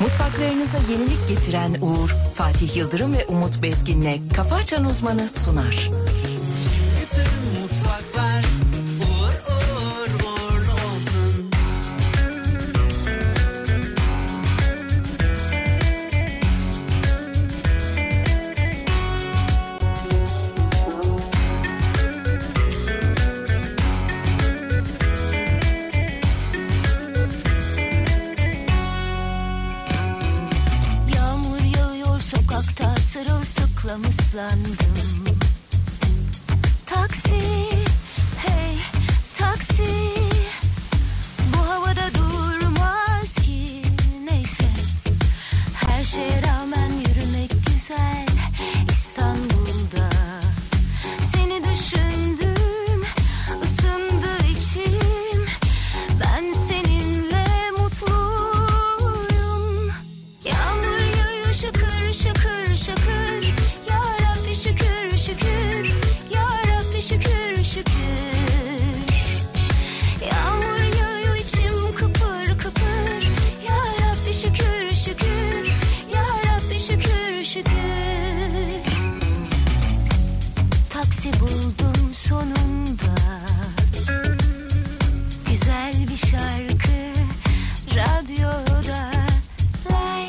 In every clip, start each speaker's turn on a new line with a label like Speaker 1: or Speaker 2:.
Speaker 1: Yaptıklarınıza yenilik getiren Uğur, Fatih Yıldırım ve Umut Bezgin'le Kafa Açan Uzmanı sunar.
Speaker 2: Bütün mutfaklar uğur uğur uğurlu olsun.
Speaker 3: Yağmur yağıyor sokakta sırılsıklam ıslandım Taksi, hey taksi Bu havada durmaz ki neyse Her şeye rağmen yürümek güzel İstanbul'da Seni düşündüm, ısındı içim Ben seninle mutluyum Yağmur yağıyor şakır şakır şakır Ya Rabbi şükür şükür Ya Rabbi şükür şükür Yağmur yağıyor içim kıpır kıpır Ya Rabbi şükür şükür Ya Rabbi şükür şükür Taksi buldum sonunda Güzel bir şarkı radyoda Lay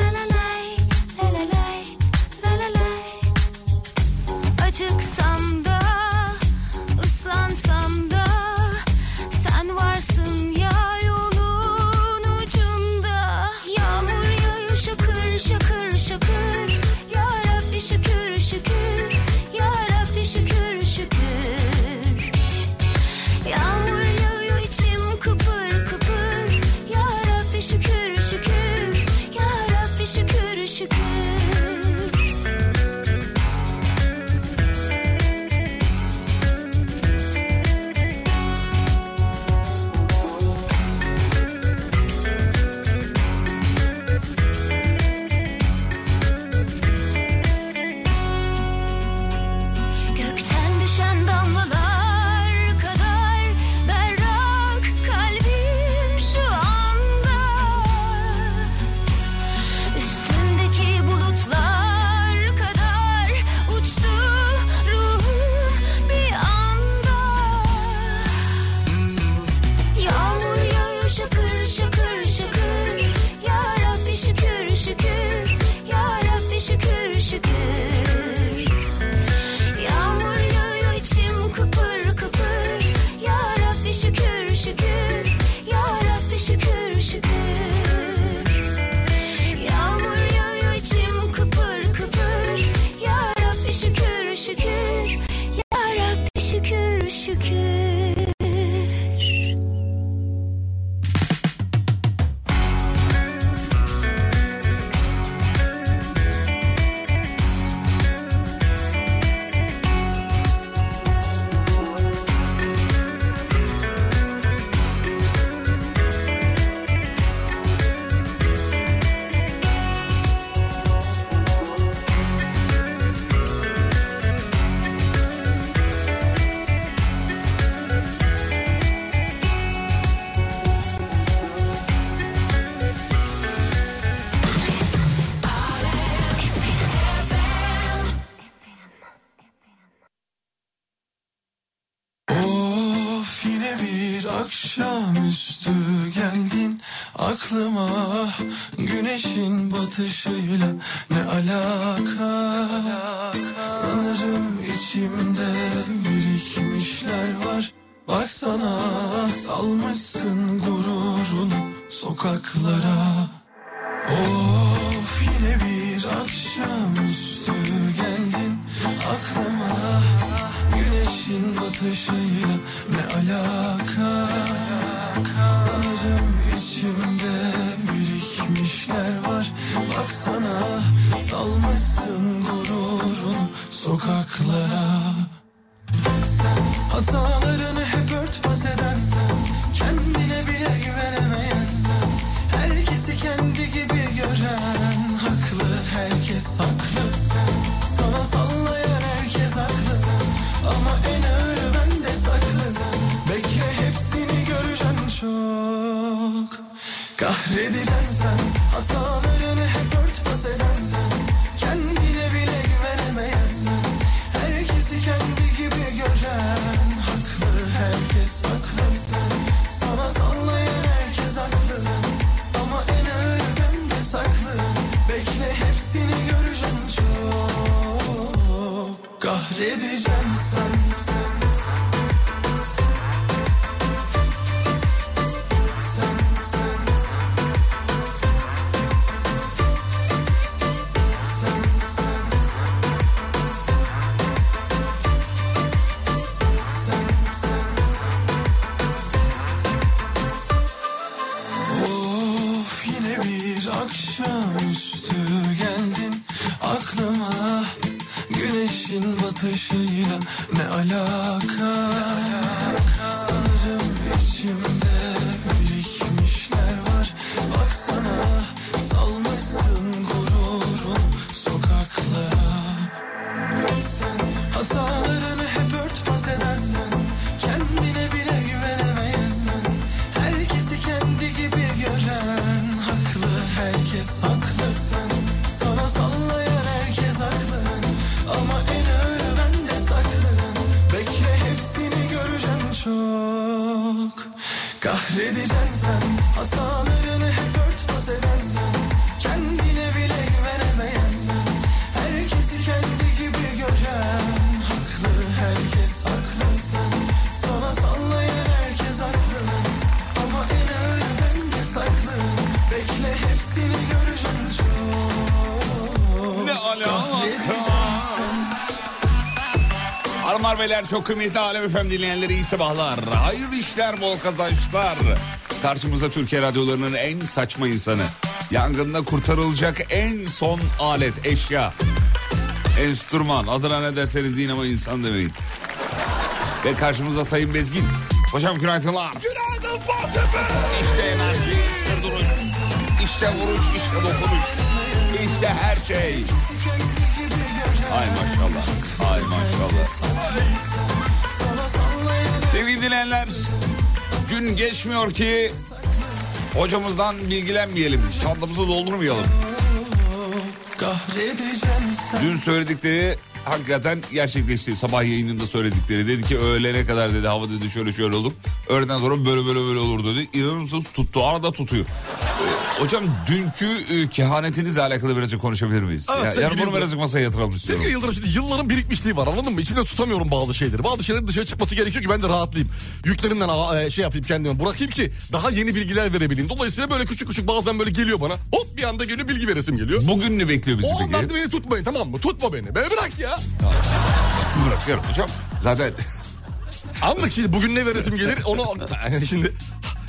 Speaker 3: la la lay la la lay la la lay Acıksam da ıslansam da Sen varsın ya yolun ucunda Yağmur yağıyor şakır şakır şakır Ya Rabbi şükür şükür Ya Rabbi şükür şükür Yağmur yağıyor içim kıpır kıpır Ya Rabbi şükür şükür Ya Rabbi şükür şükür Gökten düşen damlalar kadar berrak kalbim şu anda Üstümdeki bulutlar kadar uçtu ruhum bir anda Yağmur yağıyor şakır şakır şakır Ya Rabbi şükür şükür Ya Rabbi şükür şükür Yağmur yağıyor içim kıpır kıpır Ya Rabbi şükür şükür Ya Rabbi şükür şükür Yağmur yağıyor içim kıpır kıpır Ya Rabbi şükür şükür Ya Rabbi şükür şükür
Speaker 2: Of yine bir akşamüstü geldin aklıma Güneşin batışıyla ne alaka Sanırım içimde birikmişler var Baksana salmışsın gururunu sokaklara Of yine bir akşamüstü geldin aklıma Güneşin batışıyla ne alaka Sanırım içimde birikmişler var Baksana salmışsın gururunu sokaklara sen Hatalarını hep örtbas eden sen Kendine bile güvenemeyen sen Herkesi kendi gibi gören Haklı herkes haklı sen Sana sallayan herkes haklı sen Ama en ağırı bende saklı sen Bekle hepsini göreceksin çok Kahredeceksin sen Hatalarını Sabredeceksin sen, sen, sen, sen, sen. Sen, sen, sen. Sen, sen, sen. Of yine bir akşamüstü geldin aklıma Güneşin batışıyla ne alaka Sanırım içimde birikmişler var Baksana salmışsın gururun sokaklara Hatalarını hep örtbas edersen Kendine bile güvenemeyesin Herkesi kendi gibi gören Haklı herkes haklı sen Sana sallayan herkes haklı Ama en ağırı bende saklı Bekle hepsini göreceğim çok Kahredeceksin sen Hatalarını hep örtbas edersen Kendine bile güvenemeyensen Herkesi kendi gibi gören Haklı herkes haklı sen Sana sallayan herkes haklı Ama en ağır bende saklı Bekle hepsini göreceğim çok
Speaker 4: Ne alaka?
Speaker 2: Kahredeceksin sen
Speaker 4: Hanımlar beyler çok kıymetli Alem Efem dinleyenleri iyi sabahlar. Hayır işler bol kazançlar. Karşımızda Türkiye radyolarının en saçma insanı. Yangında kurtarılacak en son alet, eşya. Enstrüman adına ne derseniz deyin ama insan demeyin. Ve karşımızda Sayın Bezgin. Hocam günaydınlar. Günaydın İşte enerji, işte duruş, işte vuruş, işte dokunuş. İşte her şey. Ay maşallah. Ay maşallah. Sevgili dinleyenler, gün geçmiyor ki hocamızdan bilgilenmeyelim, çantamızı doldurmayalım.
Speaker 2: Kahredeceksin sen
Speaker 4: Dün söyledikleri hakikaten gerçekleşti. Sabah yayınında söyledikleri. Dedi ki öğlene kadar dedi hava dedi şöyle şöyle olur. Öğleden sonra böyle böyle böyle olur dedi. İnanır mısınız tuttu arada tutuyor. Ee, Hocam dünkü e, kehanetinizle alakalı birazcık konuşabilir miyiz?
Speaker 5: Evet,
Speaker 4: Ya-
Speaker 5: sevgili
Speaker 4: yani bunu
Speaker 5: Yıldırım.
Speaker 4: birazcık masaya yatıralım istiyorum.
Speaker 5: Sevgili Yıldırım şimdi yılların birikmişliği var anladın mı? İçimden tutamıyorum bazı şeyleri. Bazı şeylerin dışarı çıkması gerekiyor ki ben de rahatlayayım. Yüklerimden a- e, şey yapayım kendime bırakayım ki daha yeni bilgiler verebileyim. Dolayısıyla böyle küçük küçük bazen böyle geliyor bana. Hop bir anda geliyor bilgi veresim geliyor.
Speaker 4: Bugün ne bekliyor bizi
Speaker 5: O
Speaker 4: peki?
Speaker 5: anlarda beni tutmayın tamam mı? Tutma beni. Beni bırak ya.
Speaker 4: Bırakıyorum hocam. Zaten
Speaker 5: Anlık şimdi bugün ne veresim gelir onu şimdi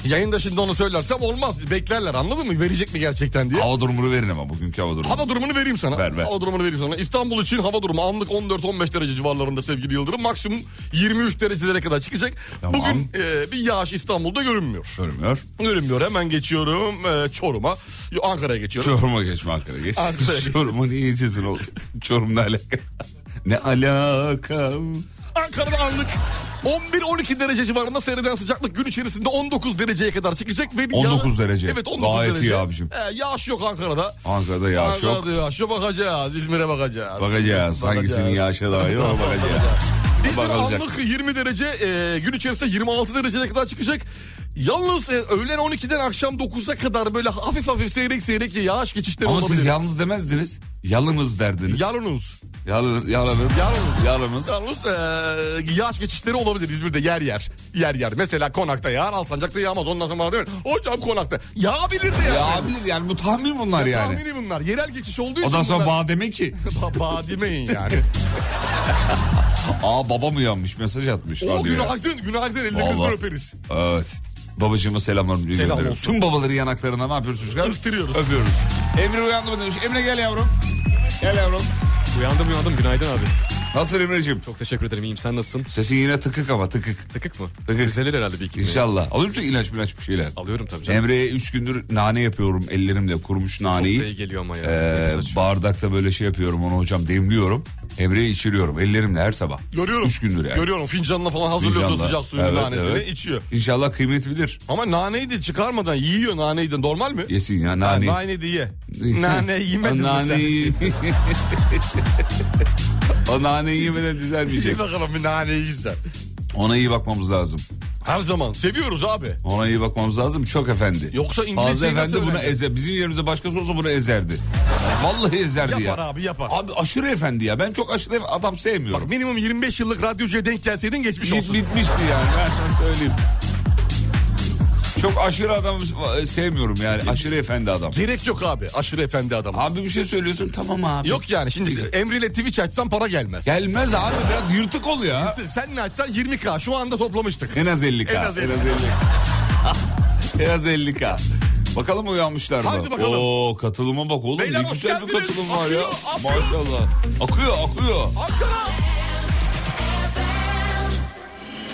Speaker 5: yayında şimdi onu söylersem olmaz. Beklerler anladın mı? Verecek mi gerçekten diye.
Speaker 4: hava durumunu verin ama bugünkü hava durumunu.
Speaker 5: Hava durumunu vereyim sana.
Speaker 4: Ver, ver.
Speaker 5: Hava durumunu vereyim sana. İstanbul için hava durumu anlık 14-15 derece civarlarında sevgili Yıldırım. Maksimum 23 derecelere kadar çıkacak.
Speaker 4: Tamam.
Speaker 5: Bugün e, bir yağış İstanbul'da görünmüyor.
Speaker 4: Görünmüyor.
Speaker 5: Görünmüyor. Hemen geçiyorum e, Çorum'a. Yo, Ankara'ya geçiyorum.
Speaker 4: Çorum'a geçme Ankara'ya geç.
Speaker 5: Ankara'ya geç.
Speaker 4: Çorum'a niye geçesin oğlum? Çorum'la alaka. ne alaka?
Speaker 5: Ankara'da anlık 11-12 derece civarında seyreden sıcaklık gün içerisinde 19 dereceye kadar çıkacak. Ve yağ-
Speaker 4: 19 derece.
Speaker 5: Evet 19
Speaker 4: Gayet
Speaker 5: derece.
Speaker 4: iyi abicim.
Speaker 5: E, yağış yok Ankara'da.
Speaker 4: Ankara'da yağış yok.
Speaker 5: Ankara'da yağış yok. Bakacağız. İzmir'e bakacağız.
Speaker 4: Bakacağız. Hangisinin
Speaker 5: Bakacağız.
Speaker 4: yağışa dair ona bakacağız.
Speaker 5: İzmir
Speaker 4: Bakılacak.
Speaker 5: anlık 20 derece e, gün içerisinde 26 dereceye kadar çıkacak. Yalnız e, öğlen 12'den akşam 9'a kadar böyle hafif hafif seyrek seyrek yağış geçişleri
Speaker 4: Ama
Speaker 5: olabilir.
Speaker 4: siz yalnız demezdiniz. Yalınız derdiniz.
Speaker 5: Yalnız.
Speaker 4: Yalın, yalınız.
Speaker 5: Yalınız.
Speaker 4: Yalınız.
Speaker 5: Yalnız e, yağış geçişleri olabilir İzmir'de yer yer. Yer yer. Mesela Konak'ta yağar, Alsancak'ta yağmaz. Ondan sonra bana değil mi? Hocam Konak'ta. Yağabilir de yani.
Speaker 4: Ya abi yani bu tahmin bunlar yani.
Speaker 5: Tahmini bunlar. Yerel geçiş olduğu için
Speaker 4: Ondan sonra
Speaker 5: bunlar...
Speaker 4: bademe ki.
Speaker 5: Ba- Badimeyin yani.
Speaker 4: Aa babam uyanmış mesaj atmış.
Speaker 5: o
Speaker 4: radyoya.
Speaker 5: günaydın. Günaydın. Ellerinizden
Speaker 4: Vallahi.
Speaker 5: öperiz.
Speaker 4: Evet. Ee, Babacığıma selamlarımı
Speaker 5: Selam
Speaker 4: gönderiyorum.
Speaker 5: olsun.
Speaker 4: Tüm babaları yanaklarına ne yapıyoruz çocuklar?
Speaker 5: Öptürüyoruz.
Speaker 4: Öpüyoruz. Emre uyandı mı demiş. Emre gel yavrum. Gel yavrum.
Speaker 6: Uyandım uyandım günaydın abi.
Speaker 4: Nasıl Emre'ciğim?
Speaker 6: Çok teşekkür ederim iyiyim sen nasılsın?
Speaker 4: Sesin yine tıkık ama tıkık.
Speaker 6: Tıkık mı?
Speaker 4: Tıkık.
Speaker 6: Düzelir herhalde bir iki güne.
Speaker 4: İnşallah. Alıyor musun ilaç milaç bir şeyler?
Speaker 6: Alıyorum tabii canım.
Speaker 4: Emre'ye 3 gündür nane yapıyorum ellerimle kurumuş
Speaker 6: Çok da
Speaker 4: naneyi.
Speaker 6: iyi geliyor ama ya.
Speaker 4: Ee,
Speaker 6: Nefes açıyor.
Speaker 4: bardakta böyle şey yapıyorum onu hocam demliyorum. Emre'ye içiriyorum ellerimle her sabah.
Speaker 5: Görüyorum.
Speaker 4: 3 gündür yani.
Speaker 5: Görüyorum fincanla falan hazırlıyorsun
Speaker 4: İnşallah.
Speaker 5: sıcak suyunu
Speaker 4: Evet,
Speaker 5: nanesini
Speaker 4: evet.
Speaker 5: içiyor.
Speaker 4: İnşallah kıymet bilir.
Speaker 5: Ama naneyi de çıkarmadan yiyor naneyi de normal mi?
Speaker 4: Yesin ya
Speaker 5: Ha,
Speaker 4: nane.
Speaker 5: Naneyi de ye. Nane yemedin mi sen?
Speaker 4: Naneyi- o naneyi yemeden düzelmeyecek.
Speaker 5: Ye bakalım bir naneyi yesen.
Speaker 4: Ona iyi bakmamız lazım.
Speaker 5: Her zaman seviyoruz abi.
Speaker 4: Ona iyi bakmamız lazım. Çok efendi.
Speaker 5: Yoksa İngilizceyi nasıl
Speaker 4: Fazla efendi bunu
Speaker 5: öğrenecek?
Speaker 4: ezer. Bizim yerimizde başkası olsa bunu ezerdi. Vallahi ezerdi
Speaker 5: Yapar
Speaker 4: ya.
Speaker 5: abi yapar.
Speaker 4: Abi aşırı efendi ya. Ben çok aşırı efe- adam sevmiyorum.
Speaker 5: Bak minimum 25 yıllık radyocuya denk gelseydin geçmiş
Speaker 4: Bit,
Speaker 5: olsun.
Speaker 4: bitmişti yani ben sana söyleyeyim. Çok aşırı adam sevmiyorum yani. Aşırı efendi adam.
Speaker 5: Gerek yok abi aşırı efendi adam.
Speaker 4: Abi bir şey söylüyorsun tamam abi.
Speaker 5: Yok yani şimdi Emre ile Twitch açsan para gelmez.
Speaker 4: Gelmez abi biraz yırtık ol ya.
Speaker 5: Sen ne açsan 20k şu anda toplamıştık.
Speaker 4: En az 50 k.
Speaker 5: En az 50K.
Speaker 4: En az 50 k. Bakalım uyanmışlar mı?
Speaker 5: Haydi bakalım.
Speaker 4: Oo katılıma bak oğlum.
Speaker 5: Beyler
Speaker 4: ne
Speaker 5: hoş
Speaker 4: güzel bir
Speaker 5: geldiniz.
Speaker 4: katılım var ya.
Speaker 5: Akıyor, akıyor.
Speaker 4: Maşallah. Akıyor akıyor.
Speaker 5: Ankara.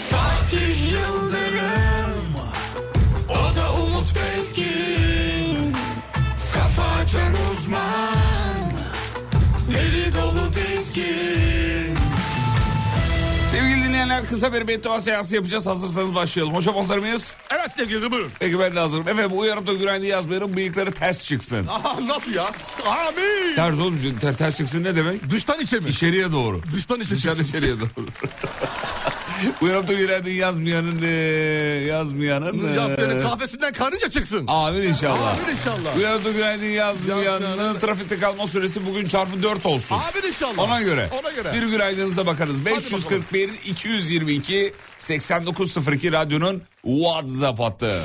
Speaker 7: Fatih Yıldırım O da Umut Bezgin Kafa açan uzman Deli dolu dizgin
Speaker 4: Sevgili dinleyenler kısa bir beddua seansı yapacağız. Hazırsanız başlayalım. Hocam hazır mıyız?
Speaker 5: Evet sevgili buyurun.
Speaker 4: Peki ben de hazırım. Efendim uyarıp da günaydın yazmayalım. Bıyıkları ters çıksın.
Speaker 5: Aha nasıl ya? Abi.
Speaker 4: Ters olmuş. Ter, ters çıksın ne demek?
Speaker 5: Dıştan içe mi?
Speaker 4: İçeriye doğru.
Speaker 5: Dıştan içe
Speaker 4: Dışarı
Speaker 5: çıksın.
Speaker 4: içeriye doğru. Uyarıp da günaydın yazmayanın... eee, yazmayanın...
Speaker 5: Ya
Speaker 4: eee,
Speaker 5: böyle kahvesinden karınca çıksın.
Speaker 4: Amin inşallah.
Speaker 5: Amin inşallah.
Speaker 4: Uyandı günaydın yazmayanın trafikte kalma süresi bugün çarpı 4 olsun.
Speaker 5: Amin inşallah.
Speaker 4: Ona göre.
Speaker 5: Ona göre.
Speaker 4: Bir günaydınınıza bakarız. 541 222 8902 radyonun WhatsApp hattı.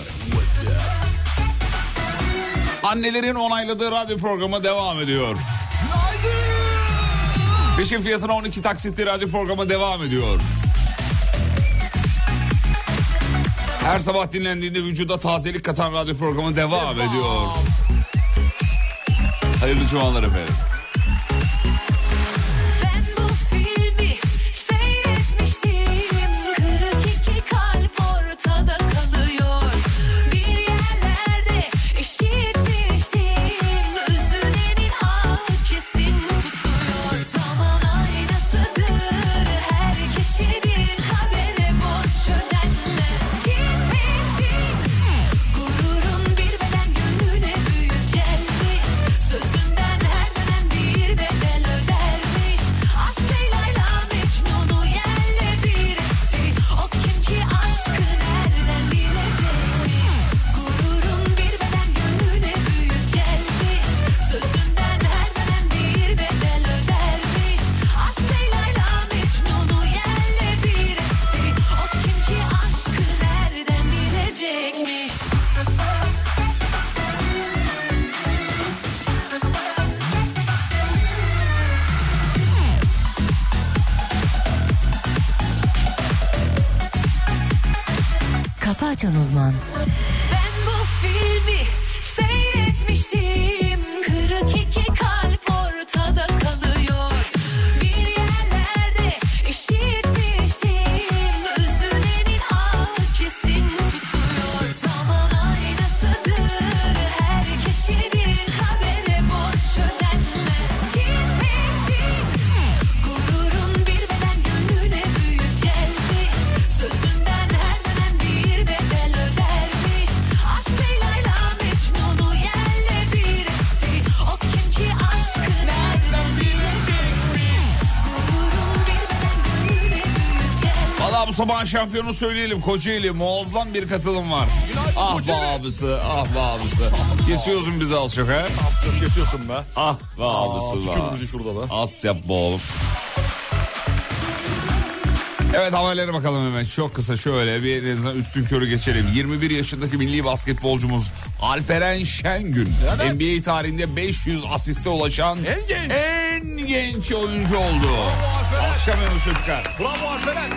Speaker 4: Annelerin onayladığı radyo programı devam ediyor. Peşin fiyatına 12 taksitli radyo programı devam ediyor. Her sabah dinlendiğinde vücuda tazelik katan radyo programı devam ediyor. Hayırlı cumalar efendim.
Speaker 8: Ben bu filmi seyretmiştim. Kırık iki kalp ortada kalıyor. Bir yerlerde işitmiştim. Üzülenin ah kesin tutuyor. Zaman aynasıdır her kişinin kadere boş yönelmez. Git peşin. Gururun bir beden gönlüne büyük gelmiş Sözünden her dönem bir bedel ödermiş Aşk Leyla'yla Mecnun'u yerle bir etti O kim ki aşkı nereden bilecekmiş Gururun bir beden gönlüne büyük gelmiş Sözünden her dönem bir bedel ödermiş Aşk Leyla'yla Mecnun'u yerle bir etti O kim ki aşkı nereden bilecekmiş
Speaker 3: Kafa Açan Uzman.
Speaker 8: Ben bu filmi seyretmiştim. Kırık iki kalp ortada kalıyor. Bir yerlerde işitmiştim. Üzülenin ah kesin tutuyor. Zaman aynasıdır her kişinin habere boş yönelmez. Git peşin. Gururun bir beden gönlüne büyük gelmiş Sözünden her dönem bir bedel ödermiş Aşk Leyla'yla Mecnun'u yerle bir etti O kim ki aşkı nereden bilecekmiş Gururun bir beden gönlüne büyük gelmiş
Speaker 4: Valla bu sabahın şampiyonu söyleyelim. Kocaeli muazzam bir katılım var. ah be abisi, ah be abisi. Kesiyorsun bizi az çok ha?
Speaker 5: Çok yaşıyorsun be.
Speaker 4: Ah be abisi
Speaker 5: Tükür
Speaker 4: var.
Speaker 5: bizi şurada be.
Speaker 4: Az yap be oğlum. Evet haberlere bakalım hemen. Çok kısa şöyle bir en azından üstün körü geçelim. 21 yaşındaki milli basketbolcumuz Alperen Şengün.
Speaker 5: Evet.
Speaker 4: NBA tarihinde 500 asiste ulaşan
Speaker 5: En genç.
Speaker 4: en genç oyuncu oldu.
Speaker 5: Alperen.
Speaker 4: Akşam yanı çocuklar.
Speaker 5: Bravo Alperen.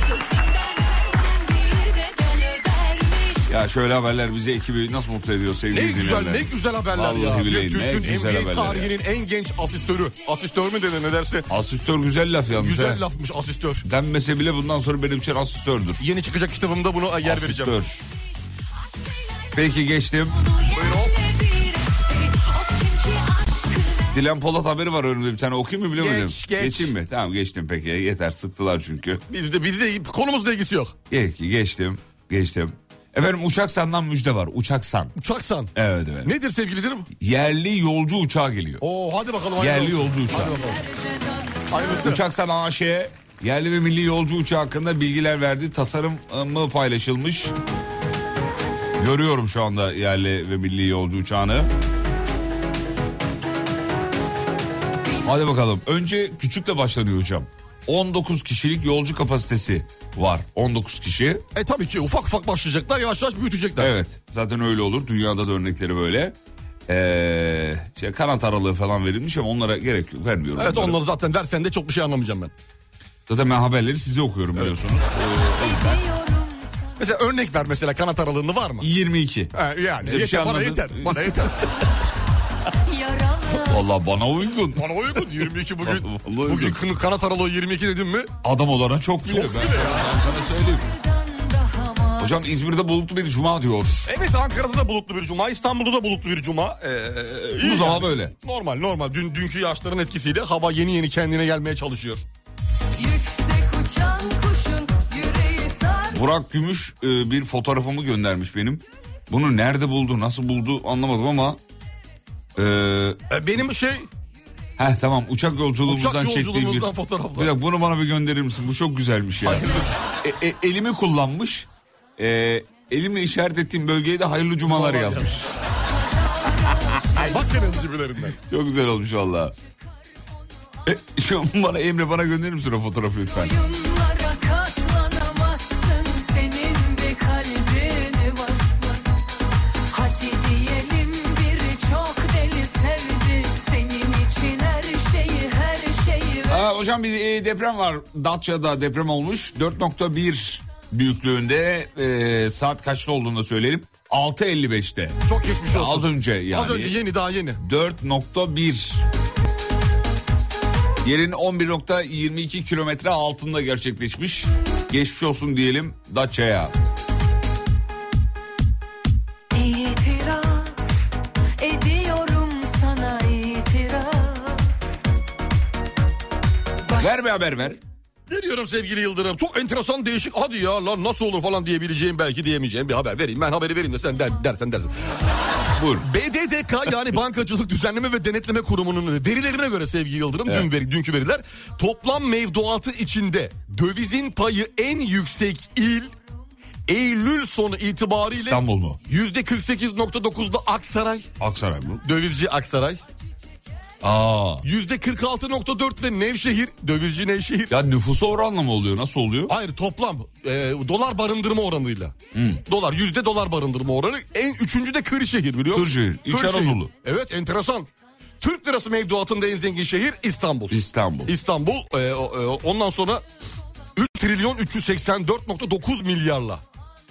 Speaker 8: Sözünden her dönem bir bedel ödermiş
Speaker 4: Ya şöyle haberler bizi ekibi nasıl mutlu ediyor sevgili
Speaker 5: Ne güzel
Speaker 4: dinleyenler.
Speaker 5: ne güzel haberler
Speaker 4: Vallahi
Speaker 5: ya.
Speaker 4: billahi
Speaker 5: Ve
Speaker 4: ne
Speaker 5: Türk'ün
Speaker 4: güzel
Speaker 5: NBA
Speaker 4: haberler
Speaker 5: tarihinin en genç asistörü. Asistör mü denir ne derse.
Speaker 4: Asistör güzel laf yalnız
Speaker 5: Güzel
Speaker 4: ha.
Speaker 5: lafmış asistör.
Speaker 4: Denmese bile bundan sonra benim için asistördür.
Speaker 5: Yeni çıkacak kitabımda bunu yer vereceğim.
Speaker 4: Asistör. Peki geçtim.
Speaker 8: Onu yerle bir etti O kim ki aşkı
Speaker 4: Dilan Polat haberi var önümde bir tane okuyayım mı bilemedim.
Speaker 5: Geç, geç.
Speaker 4: Geçeyim mi? Tamam geçtim peki yeter sıktılar çünkü.
Speaker 5: Bizde bizde konumuzla ilgisi yok.
Speaker 4: Peki geçtim geçtim. Efendim Uçaksan'dan müjde var Uçaksan.
Speaker 5: Uçaksan.
Speaker 4: Evet evet.
Speaker 5: Nedir sevgili dilim?
Speaker 4: Yerli yolcu uçağı geliyor.
Speaker 5: Oo hadi bakalım.
Speaker 4: Yerli
Speaker 5: hayırlı olsun.
Speaker 4: yolcu uçağı.
Speaker 5: Hadi bakalım. Hayırlısı.
Speaker 4: Uçaksan AŞ Yerli ve milli yolcu uçağı hakkında bilgiler verdi. Tasarımı paylaşılmış. Görüyorum şu anda yerli ve milli yolcu uçağını. Hadi bakalım. Önce küçükle başlanıyor hocam. 19 kişilik yolcu kapasitesi var. 19 kişi.
Speaker 5: E tabii ki ufak ufak başlayacaklar yavaş yavaş büyütecekler.
Speaker 4: Evet zaten öyle olur. Dünyada da örnekleri böyle. Ee, şey, kanat aralığı falan verilmiş ama onlara gerek yok. Vermiyorum.
Speaker 5: Evet
Speaker 4: onları.
Speaker 5: onları zaten dersen de çok bir şey anlamayacağım ben.
Speaker 4: Zaten ben haberleri size okuyorum biliyorsunuz.
Speaker 5: Mesela örnek ver mesela kanat aralığında var mı?
Speaker 4: 22.
Speaker 5: Ha, yani
Speaker 4: Bize bir
Speaker 5: yeter,
Speaker 4: şey
Speaker 5: bana
Speaker 4: anladın.
Speaker 5: yeter, bana yeter.
Speaker 4: Valla bana uygun.
Speaker 5: Bana uygun 22 bugün.
Speaker 4: Vallahi uygun.
Speaker 5: bugün kın- kanat aralığı 22 dedim mi?
Speaker 4: Adam olana çok diyor.
Speaker 5: Çok
Speaker 4: ben,
Speaker 5: bile
Speaker 4: ben sana söyleyeyim. Hocam İzmir'de bulutlu bir cuma diyor.
Speaker 5: Evet Ankara'da da bulutlu bir cuma, İstanbul'da da bulutlu bir cuma. Ee, iyi
Speaker 4: Bu zaman
Speaker 5: yani.
Speaker 4: böyle.
Speaker 5: Normal normal. Dün dünkü yağışların etkisiyle hava yeni yeni kendine gelmeye çalışıyor.
Speaker 4: Burak Gümüş e, bir fotoğrafımı göndermiş benim. Bunu nerede buldu, nasıl buldu anlamadım ama... E,
Speaker 5: E, benim şey
Speaker 4: heh tamam uçak yolculuğumuzdan
Speaker 5: uçak
Speaker 4: çektiğim bir...
Speaker 5: yolculuğumuzdan
Speaker 4: Bir
Speaker 5: fotoğraflar.
Speaker 4: dakika bunu bana bir gönderir misin? Bu çok güzelmiş ya. E, e, elimi kullanmış. E, elimi işaret ettiğim bölgeye de hayırlı cumalar yazmış.
Speaker 5: Bak gene gibilerinden.
Speaker 4: Çok güzel olmuş valla. E, şu an bana Emre bana gönderir misin o fotoğrafı lütfen?
Speaker 9: Yunlara katlanamazsın senin de kalbin var. Hadi diyelim biri çok deli sevdi senin için her şeyi her şeyi.
Speaker 4: Aa, hocam bir e, deprem var. Datça'da deprem olmuş. 4.1 büyüklüğünde e, saat kaçta olduğunu da söyleyelim. 6.55'te.
Speaker 5: Çok geçmiş olsun.
Speaker 4: Az önce yani.
Speaker 5: Az önce yeni daha yeni.
Speaker 4: 4.1 Yerin 11.22 kilometre altında gerçekleşmiş. Geçmiş olsun diyelim Datça'ya.
Speaker 9: İtiraf ediyorum sana itiraf.
Speaker 4: Ver bir haber ver.
Speaker 5: Veriyorum sevgili Yıldırım. Çok enteresan değişik. Hadi ya lan nasıl olur falan diyebileceğim belki diyemeyeceğim bir haber vereyim. Ben haberi vereyim de sen der, dersen dersin.
Speaker 4: Buyur.
Speaker 5: BDDK yani Bankacılık Düzenleme ve Denetleme Kurumu'nun verilerine göre sevgili Yıldırım dün veri, dünkü veriler toplam mevduatı içinde dövizin payı en yüksek il Eylül sonu itibariyle
Speaker 4: İstanbul mu?
Speaker 5: %48.9'da Aksaray,
Speaker 4: Aksaray mı?
Speaker 5: dövizci Aksaray,
Speaker 4: Aa.
Speaker 5: %46.4'te Nevşehir, dövizci Nevşehir.
Speaker 4: Ya nüfusa oranla mı oluyor? Nasıl oluyor?
Speaker 5: Hayır toplam e, dolar barındırma oranıyla.
Speaker 4: Hmm.
Speaker 5: Dolar yüzde dolar barındırma oranı. En üçüncü de Kırşehir biliyor musun?
Speaker 4: Kırşehir, İç Anadolu.
Speaker 5: Evet enteresan. Türk lirası mevduatında en zengin şehir İstanbul.
Speaker 4: İstanbul.
Speaker 5: İstanbul e, o- e, ondan sonra 3 trilyon 384.9 milyarla.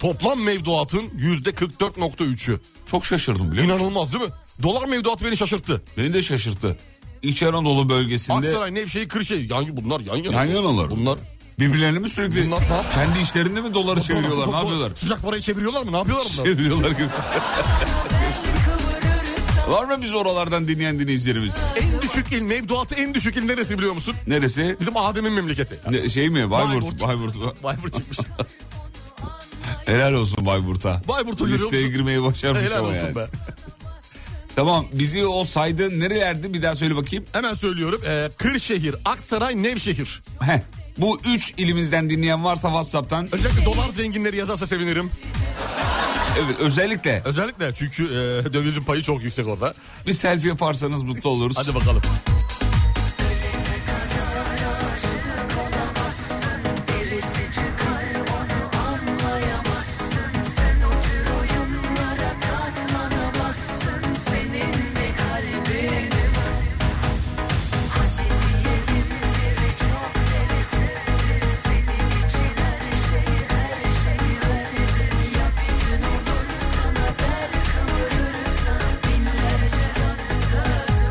Speaker 5: Toplam mevduatın yüzde 44.3'ü.
Speaker 4: Çok şaşırdım biliyor musun?
Speaker 5: İnanılmaz değil mi? Dolar mevduatı beni şaşırttı.
Speaker 4: Beni de şaşırttı. İç Anadolu bölgesinde
Speaker 5: Aksaray, Nevşehir, Kırşehir. Yan, bunlar yan yana.
Speaker 4: Yan yanalar.
Speaker 5: Bunlar
Speaker 4: birbirlerini mi sürekli
Speaker 5: Bunlar ne yap-
Speaker 4: kendi işlerinde mi doları çeviriyorlar? Ne
Speaker 5: Dolar-
Speaker 4: yapıyorlar?
Speaker 5: Sıcak parayı çeviriyorlar mı? Ne yapıyorlar bunlar?
Speaker 4: Çeviriyorlar. Var mı biz oralardan dinleyen dinleyicilerimiz?
Speaker 5: En düşük il mevduatı en düşük il neresi biliyor musun?
Speaker 4: Neresi?
Speaker 5: Bizim Adem'in memleketi.
Speaker 4: Ne, şey mi? Bayburt.
Speaker 5: Bayburt.
Speaker 4: Bayburt.
Speaker 5: Bayburt çıkmış.
Speaker 4: Helal olsun Bayburt'a.
Speaker 5: Bayburt'u görüyor
Speaker 4: Listeye
Speaker 5: musun?
Speaker 4: girmeyi başarmış
Speaker 5: Helal
Speaker 4: ama
Speaker 5: olsun
Speaker 4: yani.
Speaker 5: be.
Speaker 4: Tamam bizi o saydığın nerelerdi bir daha söyle bakayım.
Speaker 5: Hemen söylüyorum. Ee, Kırşehir, Aksaray, Nevşehir.
Speaker 4: Heh. Bu üç ilimizden dinleyen varsa Whatsapp'tan
Speaker 5: Özellikle dolar zenginleri yazarsa sevinirim.
Speaker 4: evet, özellikle
Speaker 5: Özellikle çünkü e, dövizin payı çok yüksek orada.
Speaker 4: bir selfie yaparsanız mutlu oluruz.
Speaker 5: Hadi bakalım.